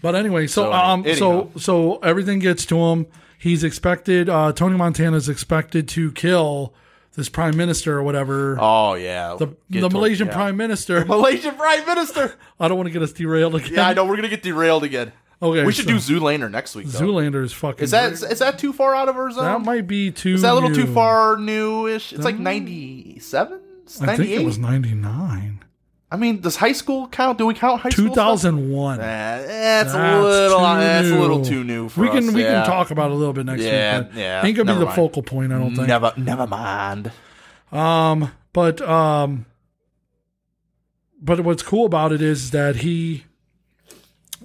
[SPEAKER 1] But anyway, so,
[SPEAKER 5] So,
[SPEAKER 1] um,
[SPEAKER 5] anyhow.
[SPEAKER 1] so so everything gets to him. He's expected. Uh, Tony Montana is expected to kill this prime minister or whatever.
[SPEAKER 5] Oh yeah,
[SPEAKER 1] the
[SPEAKER 5] Get
[SPEAKER 1] the
[SPEAKER 5] to-
[SPEAKER 1] Malaysian
[SPEAKER 5] yeah.
[SPEAKER 1] prime minister.
[SPEAKER 5] Malaysian prime minister.
[SPEAKER 1] I don't want to get us derailed again.
[SPEAKER 5] Yeah, I know we're gonna get derailed again.
[SPEAKER 1] Okay,
[SPEAKER 5] we should
[SPEAKER 1] so-
[SPEAKER 5] do Zoolander next week. Though.
[SPEAKER 1] Zoolander is fucking.
[SPEAKER 5] Is that
[SPEAKER 1] great.
[SPEAKER 5] is that too far out of our zone?
[SPEAKER 1] that might be too?
[SPEAKER 5] Is that a little too
[SPEAKER 1] new.
[SPEAKER 5] far new-ish? It's like 97?
[SPEAKER 1] I think it
[SPEAKER 5] 98?
[SPEAKER 1] was ninety nine.
[SPEAKER 5] I mean, does high school count? Do we count high school?
[SPEAKER 1] Two thousand one.
[SPEAKER 5] That's a little that's a little too new for
[SPEAKER 1] we can
[SPEAKER 5] us,
[SPEAKER 1] we
[SPEAKER 5] yeah.
[SPEAKER 1] can talk about it a little bit next
[SPEAKER 5] Yeah,
[SPEAKER 1] week. but
[SPEAKER 5] yeah,
[SPEAKER 1] Ain't gonna
[SPEAKER 5] never
[SPEAKER 1] be the
[SPEAKER 5] mind.
[SPEAKER 1] focal point. I don't think.
[SPEAKER 5] Never never mind.
[SPEAKER 1] Um, but um, but what's cool about it is that he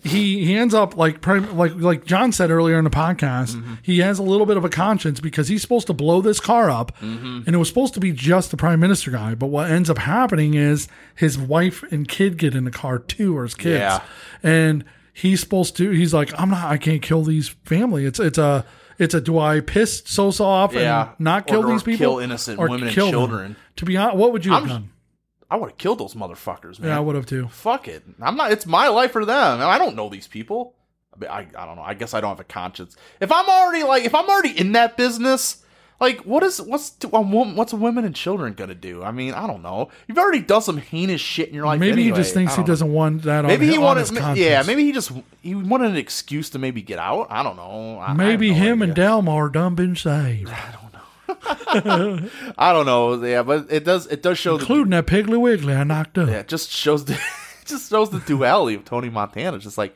[SPEAKER 1] he he ends up like prim- like like John said earlier in the podcast,
[SPEAKER 5] Mm-hmm.
[SPEAKER 1] he has a little bit of a conscience because he's supposed to blow this car up,
[SPEAKER 5] Mm-hmm.
[SPEAKER 1] and it was supposed to be just the prime minister guy. But what ends up happening is his wife and kid get in the car too, or his kids,
[SPEAKER 5] Yeah.
[SPEAKER 1] and he's supposed to. He's like, I'm not. I can't kill these family. It's it's a it's a do I piss Sosa off
[SPEAKER 5] Yeah.
[SPEAKER 1] and not
[SPEAKER 5] Or-
[SPEAKER 1] kill
[SPEAKER 5] or
[SPEAKER 1] these people,
[SPEAKER 5] kill innocent women and
[SPEAKER 1] kill them?
[SPEAKER 5] children.
[SPEAKER 1] To be honest, what would you have
[SPEAKER 5] I'm-
[SPEAKER 1] done?
[SPEAKER 5] I would have killed those motherfuckers, man.
[SPEAKER 1] Yeah, I would have too.
[SPEAKER 5] Fuck it. I'm not. It's my life or them. and I don't know these people. I, mean, I I don't know. I guess I don't have a conscience. If I'm already like, if I'm already in that business, like, what is what's to, um, wom- what's women and children gonna do? I mean, I don't know. You've already done some heinous shit in your life.
[SPEAKER 1] Maybe he
[SPEAKER 5] anyway.
[SPEAKER 1] just thinks
[SPEAKER 5] I
[SPEAKER 1] he
[SPEAKER 5] don't know.
[SPEAKER 1] doesn't want that.
[SPEAKER 5] Maybe
[SPEAKER 1] on,
[SPEAKER 5] he
[SPEAKER 1] on
[SPEAKER 5] wanted.
[SPEAKER 1] his
[SPEAKER 5] ma-
[SPEAKER 1] conscience.
[SPEAKER 5] Yeah, maybe he just he wanted an excuse to maybe get out. I don't know. I,
[SPEAKER 1] Maybe him and Delmar done been saved,
[SPEAKER 5] I don't know. Yeah, but it does it does show the
[SPEAKER 1] including that Piggly Wiggly I knocked up.
[SPEAKER 5] Yeah, it just shows the it just shows the duality of Tony Montana. It's just like,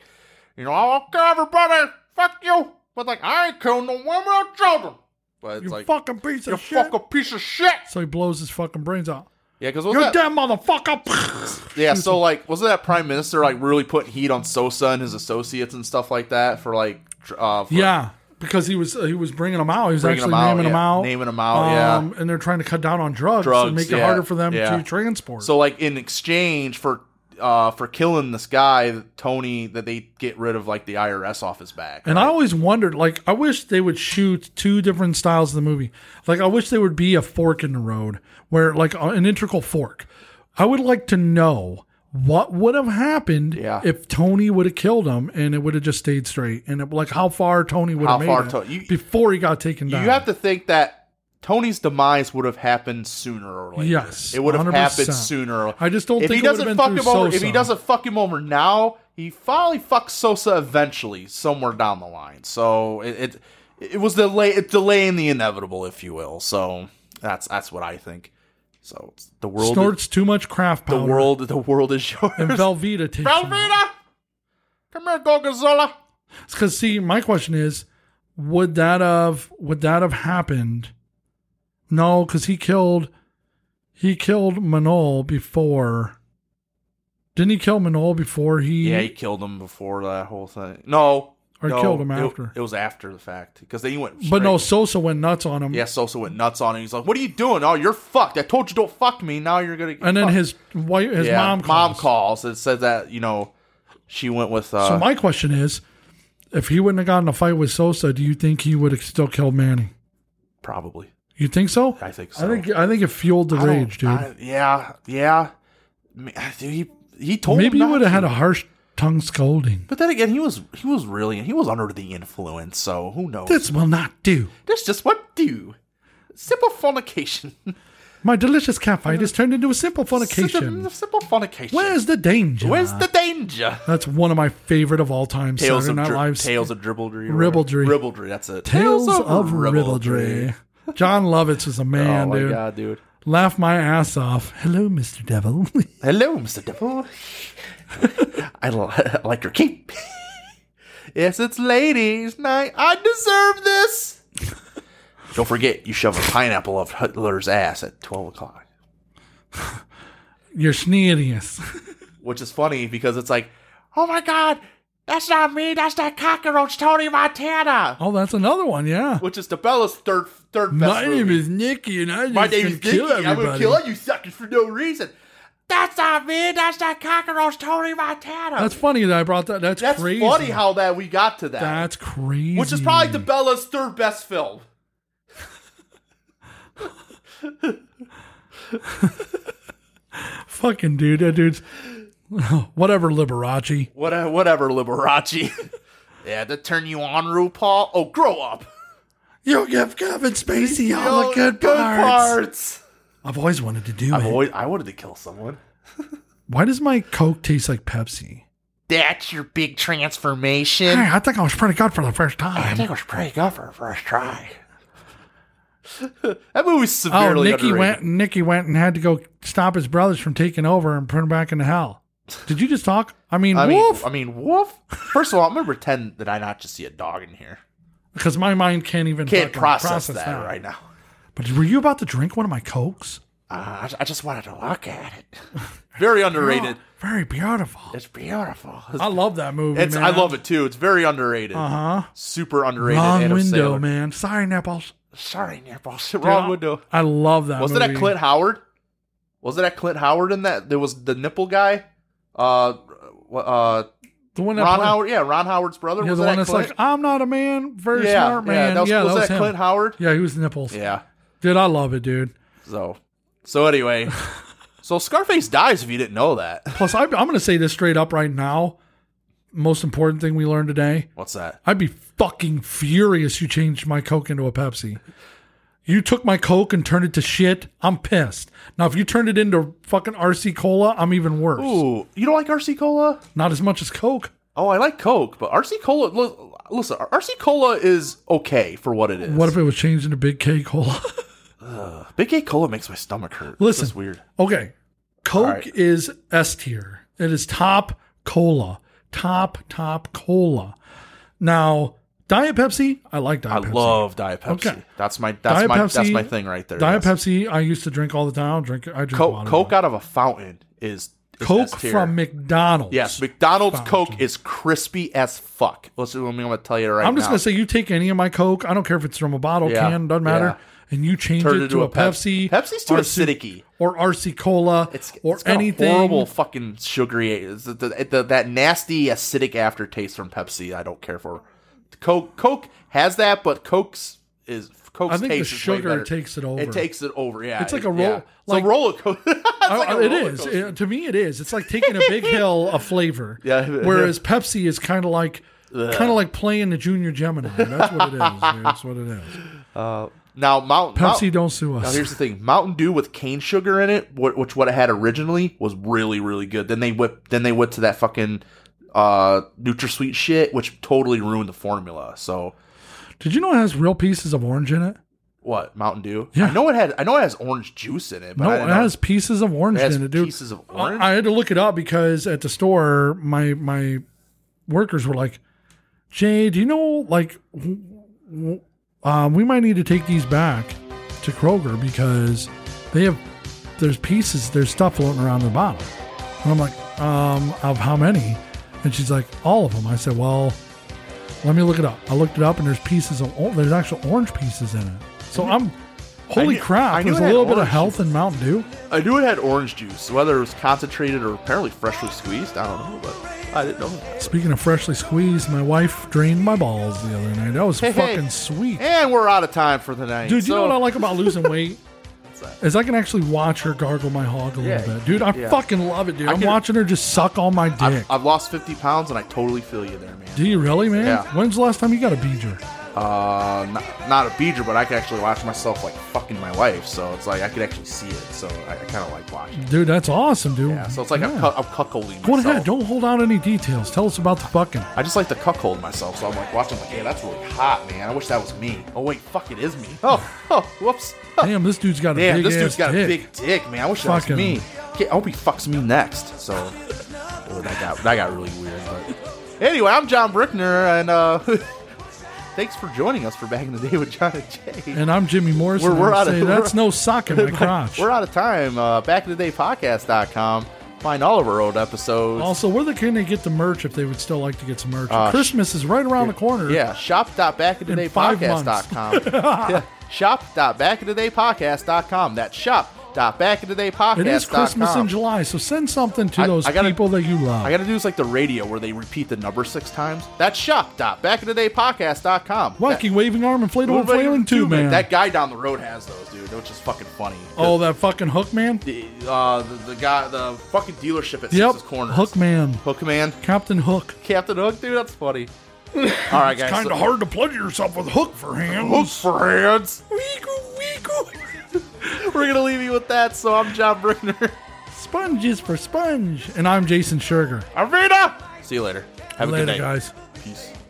[SPEAKER 5] you know, I'll kill everybody, fuck you, but like I ain't killing no women or children. But it's
[SPEAKER 1] you
[SPEAKER 5] like
[SPEAKER 1] fucking piece
[SPEAKER 5] you
[SPEAKER 1] of shit.
[SPEAKER 5] fucking piece of shit.
[SPEAKER 1] So he blows his fucking brains out.
[SPEAKER 5] Yeah, because
[SPEAKER 1] You're dead, motherfucker.
[SPEAKER 5] Yeah, so like, wasn't that prime minister like really putting heat on Sosa and his associates and stuff like that for like, tr- uh, for,
[SPEAKER 1] Yeah, because he was uh, he was bringing them out. He was
[SPEAKER 5] Bringing
[SPEAKER 1] actually
[SPEAKER 5] 'em out,
[SPEAKER 1] naming them
[SPEAKER 5] yeah.
[SPEAKER 1] out, Um,
[SPEAKER 5] Naming 'em out, yeah.
[SPEAKER 1] yeah. And they're trying to cut down on drugs,
[SPEAKER 5] drugs
[SPEAKER 1] and make it
[SPEAKER 5] yeah,
[SPEAKER 1] harder for them
[SPEAKER 5] yeah.
[SPEAKER 1] to transport.
[SPEAKER 5] So like in exchange for uh for killing this guy Tony, that they get rid of like the IRS off his back.
[SPEAKER 1] And I always wondered, like, I wish they would shoot two different styles of the movie. Like, I wish there would be a fork in the road where, like, a- an integral fork. I would like to know what would have happened if Tony would have killed him and it would have just stayed straight, and it, like how far Tony would
[SPEAKER 5] How
[SPEAKER 1] have made
[SPEAKER 5] far
[SPEAKER 1] it
[SPEAKER 5] To- you-
[SPEAKER 1] before he got taken
[SPEAKER 5] You
[SPEAKER 1] down.
[SPEAKER 5] have to think that Tony's demise would have happened sooner or later.
[SPEAKER 1] Yes,
[SPEAKER 5] it would have
[SPEAKER 1] 100%.
[SPEAKER 5] happened sooner. or-
[SPEAKER 1] I just don't
[SPEAKER 5] If
[SPEAKER 1] think
[SPEAKER 5] he
[SPEAKER 1] it would have been
[SPEAKER 5] doesn't fuck
[SPEAKER 1] through
[SPEAKER 5] him over, if
[SPEAKER 1] Sosa.
[SPEAKER 5] he doesn't fuck him over now, he finally fucks Sosa eventually, somewhere down the line. So it it, it was delay it delaying the inevitable, if you will. So that's that's what I think. So it's the world
[SPEAKER 1] Snorts too much craft
[SPEAKER 5] the
[SPEAKER 1] powder.
[SPEAKER 5] world the world is yours.
[SPEAKER 1] and Velveeta takes him.
[SPEAKER 5] Velveeta, come here, Gorgonzola.
[SPEAKER 1] Because see, my question is, would that have would that have happened? No, because he killed he killed Manol before. Didn't he kill Manol before he?
[SPEAKER 5] Yeah, he killed him before that whole thing. No,
[SPEAKER 1] Or
[SPEAKER 5] no,
[SPEAKER 1] killed him
[SPEAKER 5] it-
[SPEAKER 1] after.
[SPEAKER 5] It was after the fact because then he went.
[SPEAKER 1] but no,
[SPEAKER 5] straight-
[SPEAKER 1] Sosa went nuts on him.
[SPEAKER 5] yeah, Sosa went nuts on him. He's like, "What are you doing? Oh, you're fucked. I told you don't fuck me. Now you're gonna." Get
[SPEAKER 1] and then
[SPEAKER 5] fucked."
[SPEAKER 1] his wife, his
[SPEAKER 5] Yeah,
[SPEAKER 1] mom.
[SPEAKER 5] mom calls and said that you know she went with. Uh,
[SPEAKER 1] so my question is, if he wouldn't have gotten in a fight with Sosa, do you think he would have still killed Manny?
[SPEAKER 5] probably.
[SPEAKER 1] You think so?
[SPEAKER 5] I think
[SPEAKER 1] I
[SPEAKER 5] so.
[SPEAKER 1] think I think it fueled the
[SPEAKER 5] I don't-
[SPEAKER 1] rage, dude.
[SPEAKER 5] I- yeah, yeah. Ma- Dude, he he told
[SPEAKER 1] Maybe he
[SPEAKER 5] him Oh, not
[SPEAKER 1] would have had
[SPEAKER 5] to.
[SPEAKER 1] a harsh tongue scolding.
[SPEAKER 5] But then again, he was he was really he was under the influence, so who knows?
[SPEAKER 1] This will not do.
[SPEAKER 5] That's just what do. Simple fornication.
[SPEAKER 1] My delicious catfight has turned into a simple fornication.
[SPEAKER 5] Simple fornication.
[SPEAKER 1] Where's the danger?
[SPEAKER 5] Where's the danger?
[SPEAKER 1] That's one of my favorite of all time.
[SPEAKER 5] Tales
[SPEAKER 1] Saturday
[SPEAKER 5] of,
[SPEAKER 1] Night
[SPEAKER 5] dri-
[SPEAKER 1] Live.
[SPEAKER 5] Tales of Dribbledry. or-
[SPEAKER 1] Ribaldry.
[SPEAKER 5] Ribaldry, that's it.
[SPEAKER 1] Tales of Ribaldry. John Lovitz is a man,
[SPEAKER 5] oh my
[SPEAKER 1] dude.
[SPEAKER 5] god, dude.
[SPEAKER 1] Laugh my ass off. Hello, Mr. Devil.
[SPEAKER 5] Hello, Mr. Devil. I li- I like your cape. yes, it's ladies' night. I deserve this. Don't forget, you shove a pineapple up Hitler's ass at 12 o'clock.
[SPEAKER 1] You're sneerious.
[SPEAKER 5] Which is funny because it's like, oh my god, that's not me, that's that cockroach Tony Montana.
[SPEAKER 1] Oh, that's another one, yeah.
[SPEAKER 5] Which is DeBella's third third best
[SPEAKER 1] My name is Nikki, and I
[SPEAKER 5] My
[SPEAKER 1] just
[SPEAKER 5] name
[SPEAKER 1] gonna
[SPEAKER 5] is
[SPEAKER 1] kill
[SPEAKER 5] Dickie. I'm gonna
[SPEAKER 1] everybody.
[SPEAKER 5] kill all you suckers for no reason. That's not me. That's that cockroach Tony Montana.
[SPEAKER 1] That's funny that I brought that. That's,
[SPEAKER 5] That's
[SPEAKER 1] crazy.
[SPEAKER 5] funny how that we got to that.
[SPEAKER 1] That's crazy.
[SPEAKER 5] which is probably DeBella's third best film.
[SPEAKER 1] fucking dude. That dude's whatever Liberace.
[SPEAKER 5] Whatever, whatever, Liberace. yeah, to turn you on, RuPaul. Oh, grow up.
[SPEAKER 1] You give Kevin Spacey all
[SPEAKER 5] Yo,
[SPEAKER 1] the good, parts.
[SPEAKER 5] parts.
[SPEAKER 1] I've always wanted to do
[SPEAKER 5] I've
[SPEAKER 1] it.
[SPEAKER 5] always, I wanted to kill someone.
[SPEAKER 1] Why does my Coke taste like Pepsi?
[SPEAKER 5] That's your big transformation.
[SPEAKER 1] Hey, I think I was pretty good for the first time.
[SPEAKER 5] was pretty good for a first try. that movie's
[SPEAKER 1] Oh,
[SPEAKER 5] severely
[SPEAKER 1] Nikki
[SPEAKER 5] underrated.
[SPEAKER 1] went. Nikki went and had to go stop his brothers from taking over and put him back into hell. Did you just talk? I mean,
[SPEAKER 5] I mean,
[SPEAKER 1] woof.
[SPEAKER 5] I mean, woof. First of all, I'm gonna pretend that I not just see a dog in here.
[SPEAKER 1] Because my mind can't even
[SPEAKER 5] Can't
[SPEAKER 1] fucking
[SPEAKER 5] process, that, right now.
[SPEAKER 1] But were you about to drink one of my cokes?
[SPEAKER 5] Uh, I, I just wanted to look at it. Very underrated.
[SPEAKER 1] Very beautiful.
[SPEAKER 5] It's beautiful.
[SPEAKER 1] I love that movie.
[SPEAKER 5] It's I love it too. It's very underrated.
[SPEAKER 1] Uh-huh.
[SPEAKER 5] Super underrated.
[SPEAKER 1] Wrong
[SPEAKER 5] Adam
[SPEAKER 1] window,
[SPEAKER 5] Sandler.
[SPEAKER 1] man. Sorry, nipples.
[SPEAKER 5] Sorry, nipples.
[SPEAKER 1] Dude,
[SPEAKER 5] Wrong
[SPEAKER 1] I-
[SPEAKER 5] window.
[SPEAKER 1] I love that.
[SPEAKER 5] Wasn't
[SPEAKER 1] movie.
[SPEAKER 5] that Clint Howard? Was it that Clint Howard in that? There was the nipple guy. Uh, wh- uh,
[SPEAKER 1] The one that
[SPEAKER 5] Ron
[SPEAKER 1] played-
[SPEAKER 5] Howard. Yeah, Ron Howard's brother.
[SPEAKER 1] Yeah,
[SPEAKER 5] was
[SPEAKER 1] the
[SPEAKER 5] that
[SPEAKER 1] one that's
[SPEAKER 5] Clint?
[SPEAKER 1] like, I'm not a man, very
[SPEAKER 5] Yeah,
[SPEAKER 1] smart
[SPEAKER 5] yeah,
[SPEAKER 1] man. Yeah,
[SPEAKER 5] that was- was that
[SPEAKER 1] him.
[SPEAKER 5] Clint Howard?
[SPEAKER 1] Yeah, he was nipples.
[SPEAKER 5] Yeah.
[SPEAKER 1] Dude, I love it, dude.
[SPEAKER 5] So, so anyway, so Scarface dies if you didn't know that.
[SPEAKER 1] Plus, I, I'm going to say this straight up right now. Most important thing we learned today.
[SPEAKER 5] What's that?
[SPEAKER 1] I'd be fucking furious you changed my Coke into a Pepsi. You took my Coke and turned it to shit. I'm pissed. Now, if you turned it into fucking RC Cola, I'm even worse.
[SPEAKER 5] Ooh, you don't like RC Cola?
[SPEAKER 1] Not as much as Coke.
[SPEAKER 5] Oh, I like Coke, but RC Cola. li- Listen, RC Cola is okay for what it is.
[SPEAKER 1] What if it was changed into Big K Cola?
[SPEAKER 5] Ugh. Big A Cola makes my stomach hurt.
[SPEAKER 1] Listen,
[SPEAKER 5] this is weird.
[SPEAKER 1] Okay. Coke
[SPEAKER 5] All right.
[SPEAKER 1] is S tier. It is top cola. Top, top cola. Now, Diet Pepsi, I like Diet
[SPEAKER 5] I
[SPEAKER 1] Pepsi.
[SPEAKER 5] love Diet Pepsi.
[SPEAKER 1] Okay.
[SPEAKER 5] That's my that's
[SPEAKER 1] Diet
[SPEAKER 5] my that's
[SPEAKER 1] Pepsi-
[SPEAKER 5] my thing right there.
[SPEAKER 1] Diet
[SPEAKER 5] yes.
[SPEAKER 1] Pepsi, I used to drink all the time. I don't drink. I drink
[SPEAKER 5] Co-
[SPEAKER 1] water.
[SPEAKER 5] Coke out of a fountain is, is
[SPEAKER 1] Coke
[SPEAKER 5] S tier.
[SPEAKER 1] from McDonald's.
[SPEAKER 5] Yes, McDonald's Coke is crispy as fuck. Listen, I'm gonna tell you right
[SPEAKER 1] I'm just
[SPEAKER 5] now.
[SPEAKER 1] gonna say you take any of my Coke. I don't care if it's from a bottle
[SPEAKER 5] Yeah,
[SPEAKER 1] can, doesn't matter. And you change
[SPEAKER 5] Turn
[SPEAKER 1] it, to a,
[SPEAKER 5] Pep-
[SPEAKER 1] Pepsi.
[SPEAKER 5] Pepsi's too
[SPEAKER 1] or Su-
[SPEAKER 5] acidic.
[SPEAKER 1] or RC Cola or
[SPEAKER 5] It's got a
[SPEAKER 1] anything.
[SPEAKER 5] horrible fucking sugary. it's the- the- the- that nasty acidic aftertaste from Pepsi. I don't care for. Coke Coke has that, but Coke's is Coke's
[SPEAKER 1] I think the
[SPEAKER 5] taste is way
[SPEAKER 1] sugar
[SPEAKER 5] better.
[SPEAKER 1] takes it over.
[SPEAKER 5] It takes it over. Yeah,
[SPEAKER 1] It's like a
[SPEAKER 5] yeah.
[SPEAKER 1] roll-
[SPEAKER 5] It's
[SPEAKER 1] like-
[SPEAKER 5] a roller coaster.
[SPEAKER 1] I-
[SPEAKER 5] like a
[SPEAKER 1] it
[SPEAKER 5] roller
[SPEAKER 1] is It- to me. It is. It's like taking a big hill of flavor.
[SPEAKER 5] Yeah.
[SPEAKER 1] Whereas Pepsi is kind of like
[SPEAKER 5] Ugh.
[SPEAKER 1] kind of like playing the Junior Gemini. That's what it is. dude. That's what it is.
[SPEAKER 5] Uh, now Mountain
[SPEAKER 1] Pepsi,
[SPEAKER 5] Mount-
[SPEAKER 1] don't sue us.
[SPEAKER 5] Now here's the thing: Mountain Dew with cane sugar in it, wh- which what it had originally was really really good. Then they whip, then they went to that fucking uh, NutraSweet shit, which totally ruined the formula. So
[SPEAKER 1] Did you know it has real pieces of orange in it?
[SPEAKER 5] what Mountain Dew?
[SPEAKER 1] Yeah.
[SPEAKER 5] I know it had. I know it has orange juice in it, but
[SPEAKER 1] No,
[SPEAKER 5] I
[SPEAKER 1] it
[SPEAKER 5] didn't know-
[SPEAKER 1] has pieces of orange
[SPEAKER 5] it has
[SPEAKER 1] in it, dude.
[SPEAKER 5] pieces of
[SPEAKER 1] I-
[SPEAKER 5] orange.
[SPEAKER 1] I had to look it up because at the store, my my workers were like, "Jay, do you know like w- w- uh, we might need to take these back to Kroger because they have there's pieces, there's stuff floating around the bottom." And I'm like, um, "Of how many?" And she's like, "All of them." I said, "Well, let me look it up." I looked it up, and there's pieces of o- there's actual orange pieces in it. So I'm. Holy
[SPEAKER 5] knew-
[SPEAKER 1] crap!
[SPEAKER 5] Mm-hmm. I knew
[SPEAKER 1] There's
[SPEAKER 5] it
[SPEAKER 1] a
[SPEAKER 5] had
[SPEAKER 1] little bit of
[SPEAKER 5] orange
[SPEAKER 1] health in Mountain Dew.
[SPEAKER 5] I knew it had orange juice, whether it was concentrated or apparently freshly squeezed. I don't know, but I didn't know.
[SPEAKER 1] Speaking of freshly squeezed, my wife drained my balls the other night. That was
[SPEAKER 5] Hey, hey.
[SPEAKER 1] fucking sweet.
[SPEAKER 5] And we're out of time for the night,
[SPEAKER 1] Dude, you know
[SPEAKER 5] so-
[SPEAKER 1] what I like about losing weight?
[SPEAKER 5] that?
[SPEAKER 1] Is I can actually watch her gargle my hog a little
[SPEAKER 5] Yeah.
[SPEAKER 1] bit. Dude, I
[SPEAKER 5] Yeah.
[SPEAKER 1] fucking love it, dude.
[SPEAKER 5] I
[SPEAKER 1] I'm
[SPEAKER 5] can-
[SPEAKER 1] watching her just suck all my dick.
[SPEAKER 5] I've, I've lost 50 pounds, and I totally feel you there, man.
[SPEAKER 1] Do you really, man?
[SPEAKER 5] Yeah.
[SPEAKER 1] When's the last time you got a beager?
[SPEAKER 5] Uh, not, not a beater, but I can actually watch myself like fucking my wife. So it's like I could actually see it. So I, I kind of like watching.
[SPEAKER 1] Dude, that's awesome, dude.
[SPEAKER 5] Yeah, so it's like I'm,
[SPEAKER 1] Yeah.
[SPEAKER 5] cu- I'm cuckolding
[SPEAKER 1] Go
[SPEAKER 5] myself.
[SPEAKER 1] ahead. Don't hold out any details. Tell us about the fucking.
[SPEAKER 5] I just like to cuckold myself. So I'm like watching, like, yeah, that's really hot, man. I wish that was me. Oh wait, fuck, it is me. Oh, oh, whoops.
[SPEAKER 1] Damn, this dude's got a
[SPEAKER 5] Damn,
[SPEAKER 1] big
[SPEAKER 5] this
[SPEAKER 1] ass
[SPEAKER 5] dude's got
[SPEAKER 1] dick.
[SPEAKER 5] a big dick, man. I wish
[SPEAKER 1] Fucking-
[SPEAKER 5] that was me. Okay, I hope he fucks me next. So oh, that got that got really weird. But anyway, I'm John Brickner, and uh, thanks for joining us for back in the day with John and Jay.
[SPEAKER 1] And I'm Jimmy Morrison.
[SPEAKER 5] We're- we're
[SPEAKER 1] and I
[SPEAKER 5] out of-
[SPEAKER 1] say,
[SPEAKER 5] we're-
[SPEAKER 1] That's no sock in my crotch.
[SPEAKER 5] We're out of time. Uh, back in the day podcast.com. Find all of our old episodes.
[SPEAKER 1] Also, where the can they get the merch if they would still like to get some merch?
[SPEAKER 5] Uh,
[SPEAKER 1] Christmas is right around the corner.
[SPEAKER 5] Yeah,
[SPEAKER 1] In five months.
[SPEAKER 5] shop.backintodaypodcast.com. yeah, shop.backintodaypodcast.com. That's shop.backintodaypodcast.com.
[SPEAKER 1] It is Christmas in July, so send something to those
[SPEAKER 5] I gotta-
[SPEAKER 1] people that you love.
[SPEAKER 5] I got to do is like the radio where they repeat the number six times. That's shop.backintodaypodcast.com.
[SPEAKER 1] Wacky waving arm inflatable
[SPEAKER 5] Nobody-
[SPEAKER 1] flailing too,
[SPEAKER 5] dude,
[SPEAKER 1] man.
[SPEAKER 5] That guy down the road has those, dude. Which is fucking funny.
[SPEAKER 1] oh, that fucking hook man.
[SPEAKER 5] The, uh, the, the guy, the fucking dealership at
[SPEAKER 1] Yep,
[SPEAKER 5] Six's Corners.
[SPEAKER 1] hook man,
[SPEAKER 5] Hook man.
[SPEAKER 1] Captain Hook.
[SPEAKER 5] Captain Hook, dude, that's funny. All right, guys.
[SPEAKER 1] it's kind of
[SPEAKER 5] so-
[SPEAKER 1] hard to plug yourself with hook for hands.
[SPEAKER 5] Hook for hands. We're gonna leave you with that. So I'm John Brickner.
[SPEAKER 1] Sponges for sponge, and I'm Jason Sugar.
[SPEAKER 5] Arvina. See you later. Have
[SPEAKER 1] Later,
[SPEAKER 5] a good night,
[SPEAKER 1] guys.
[SPEAKER 5] Peace.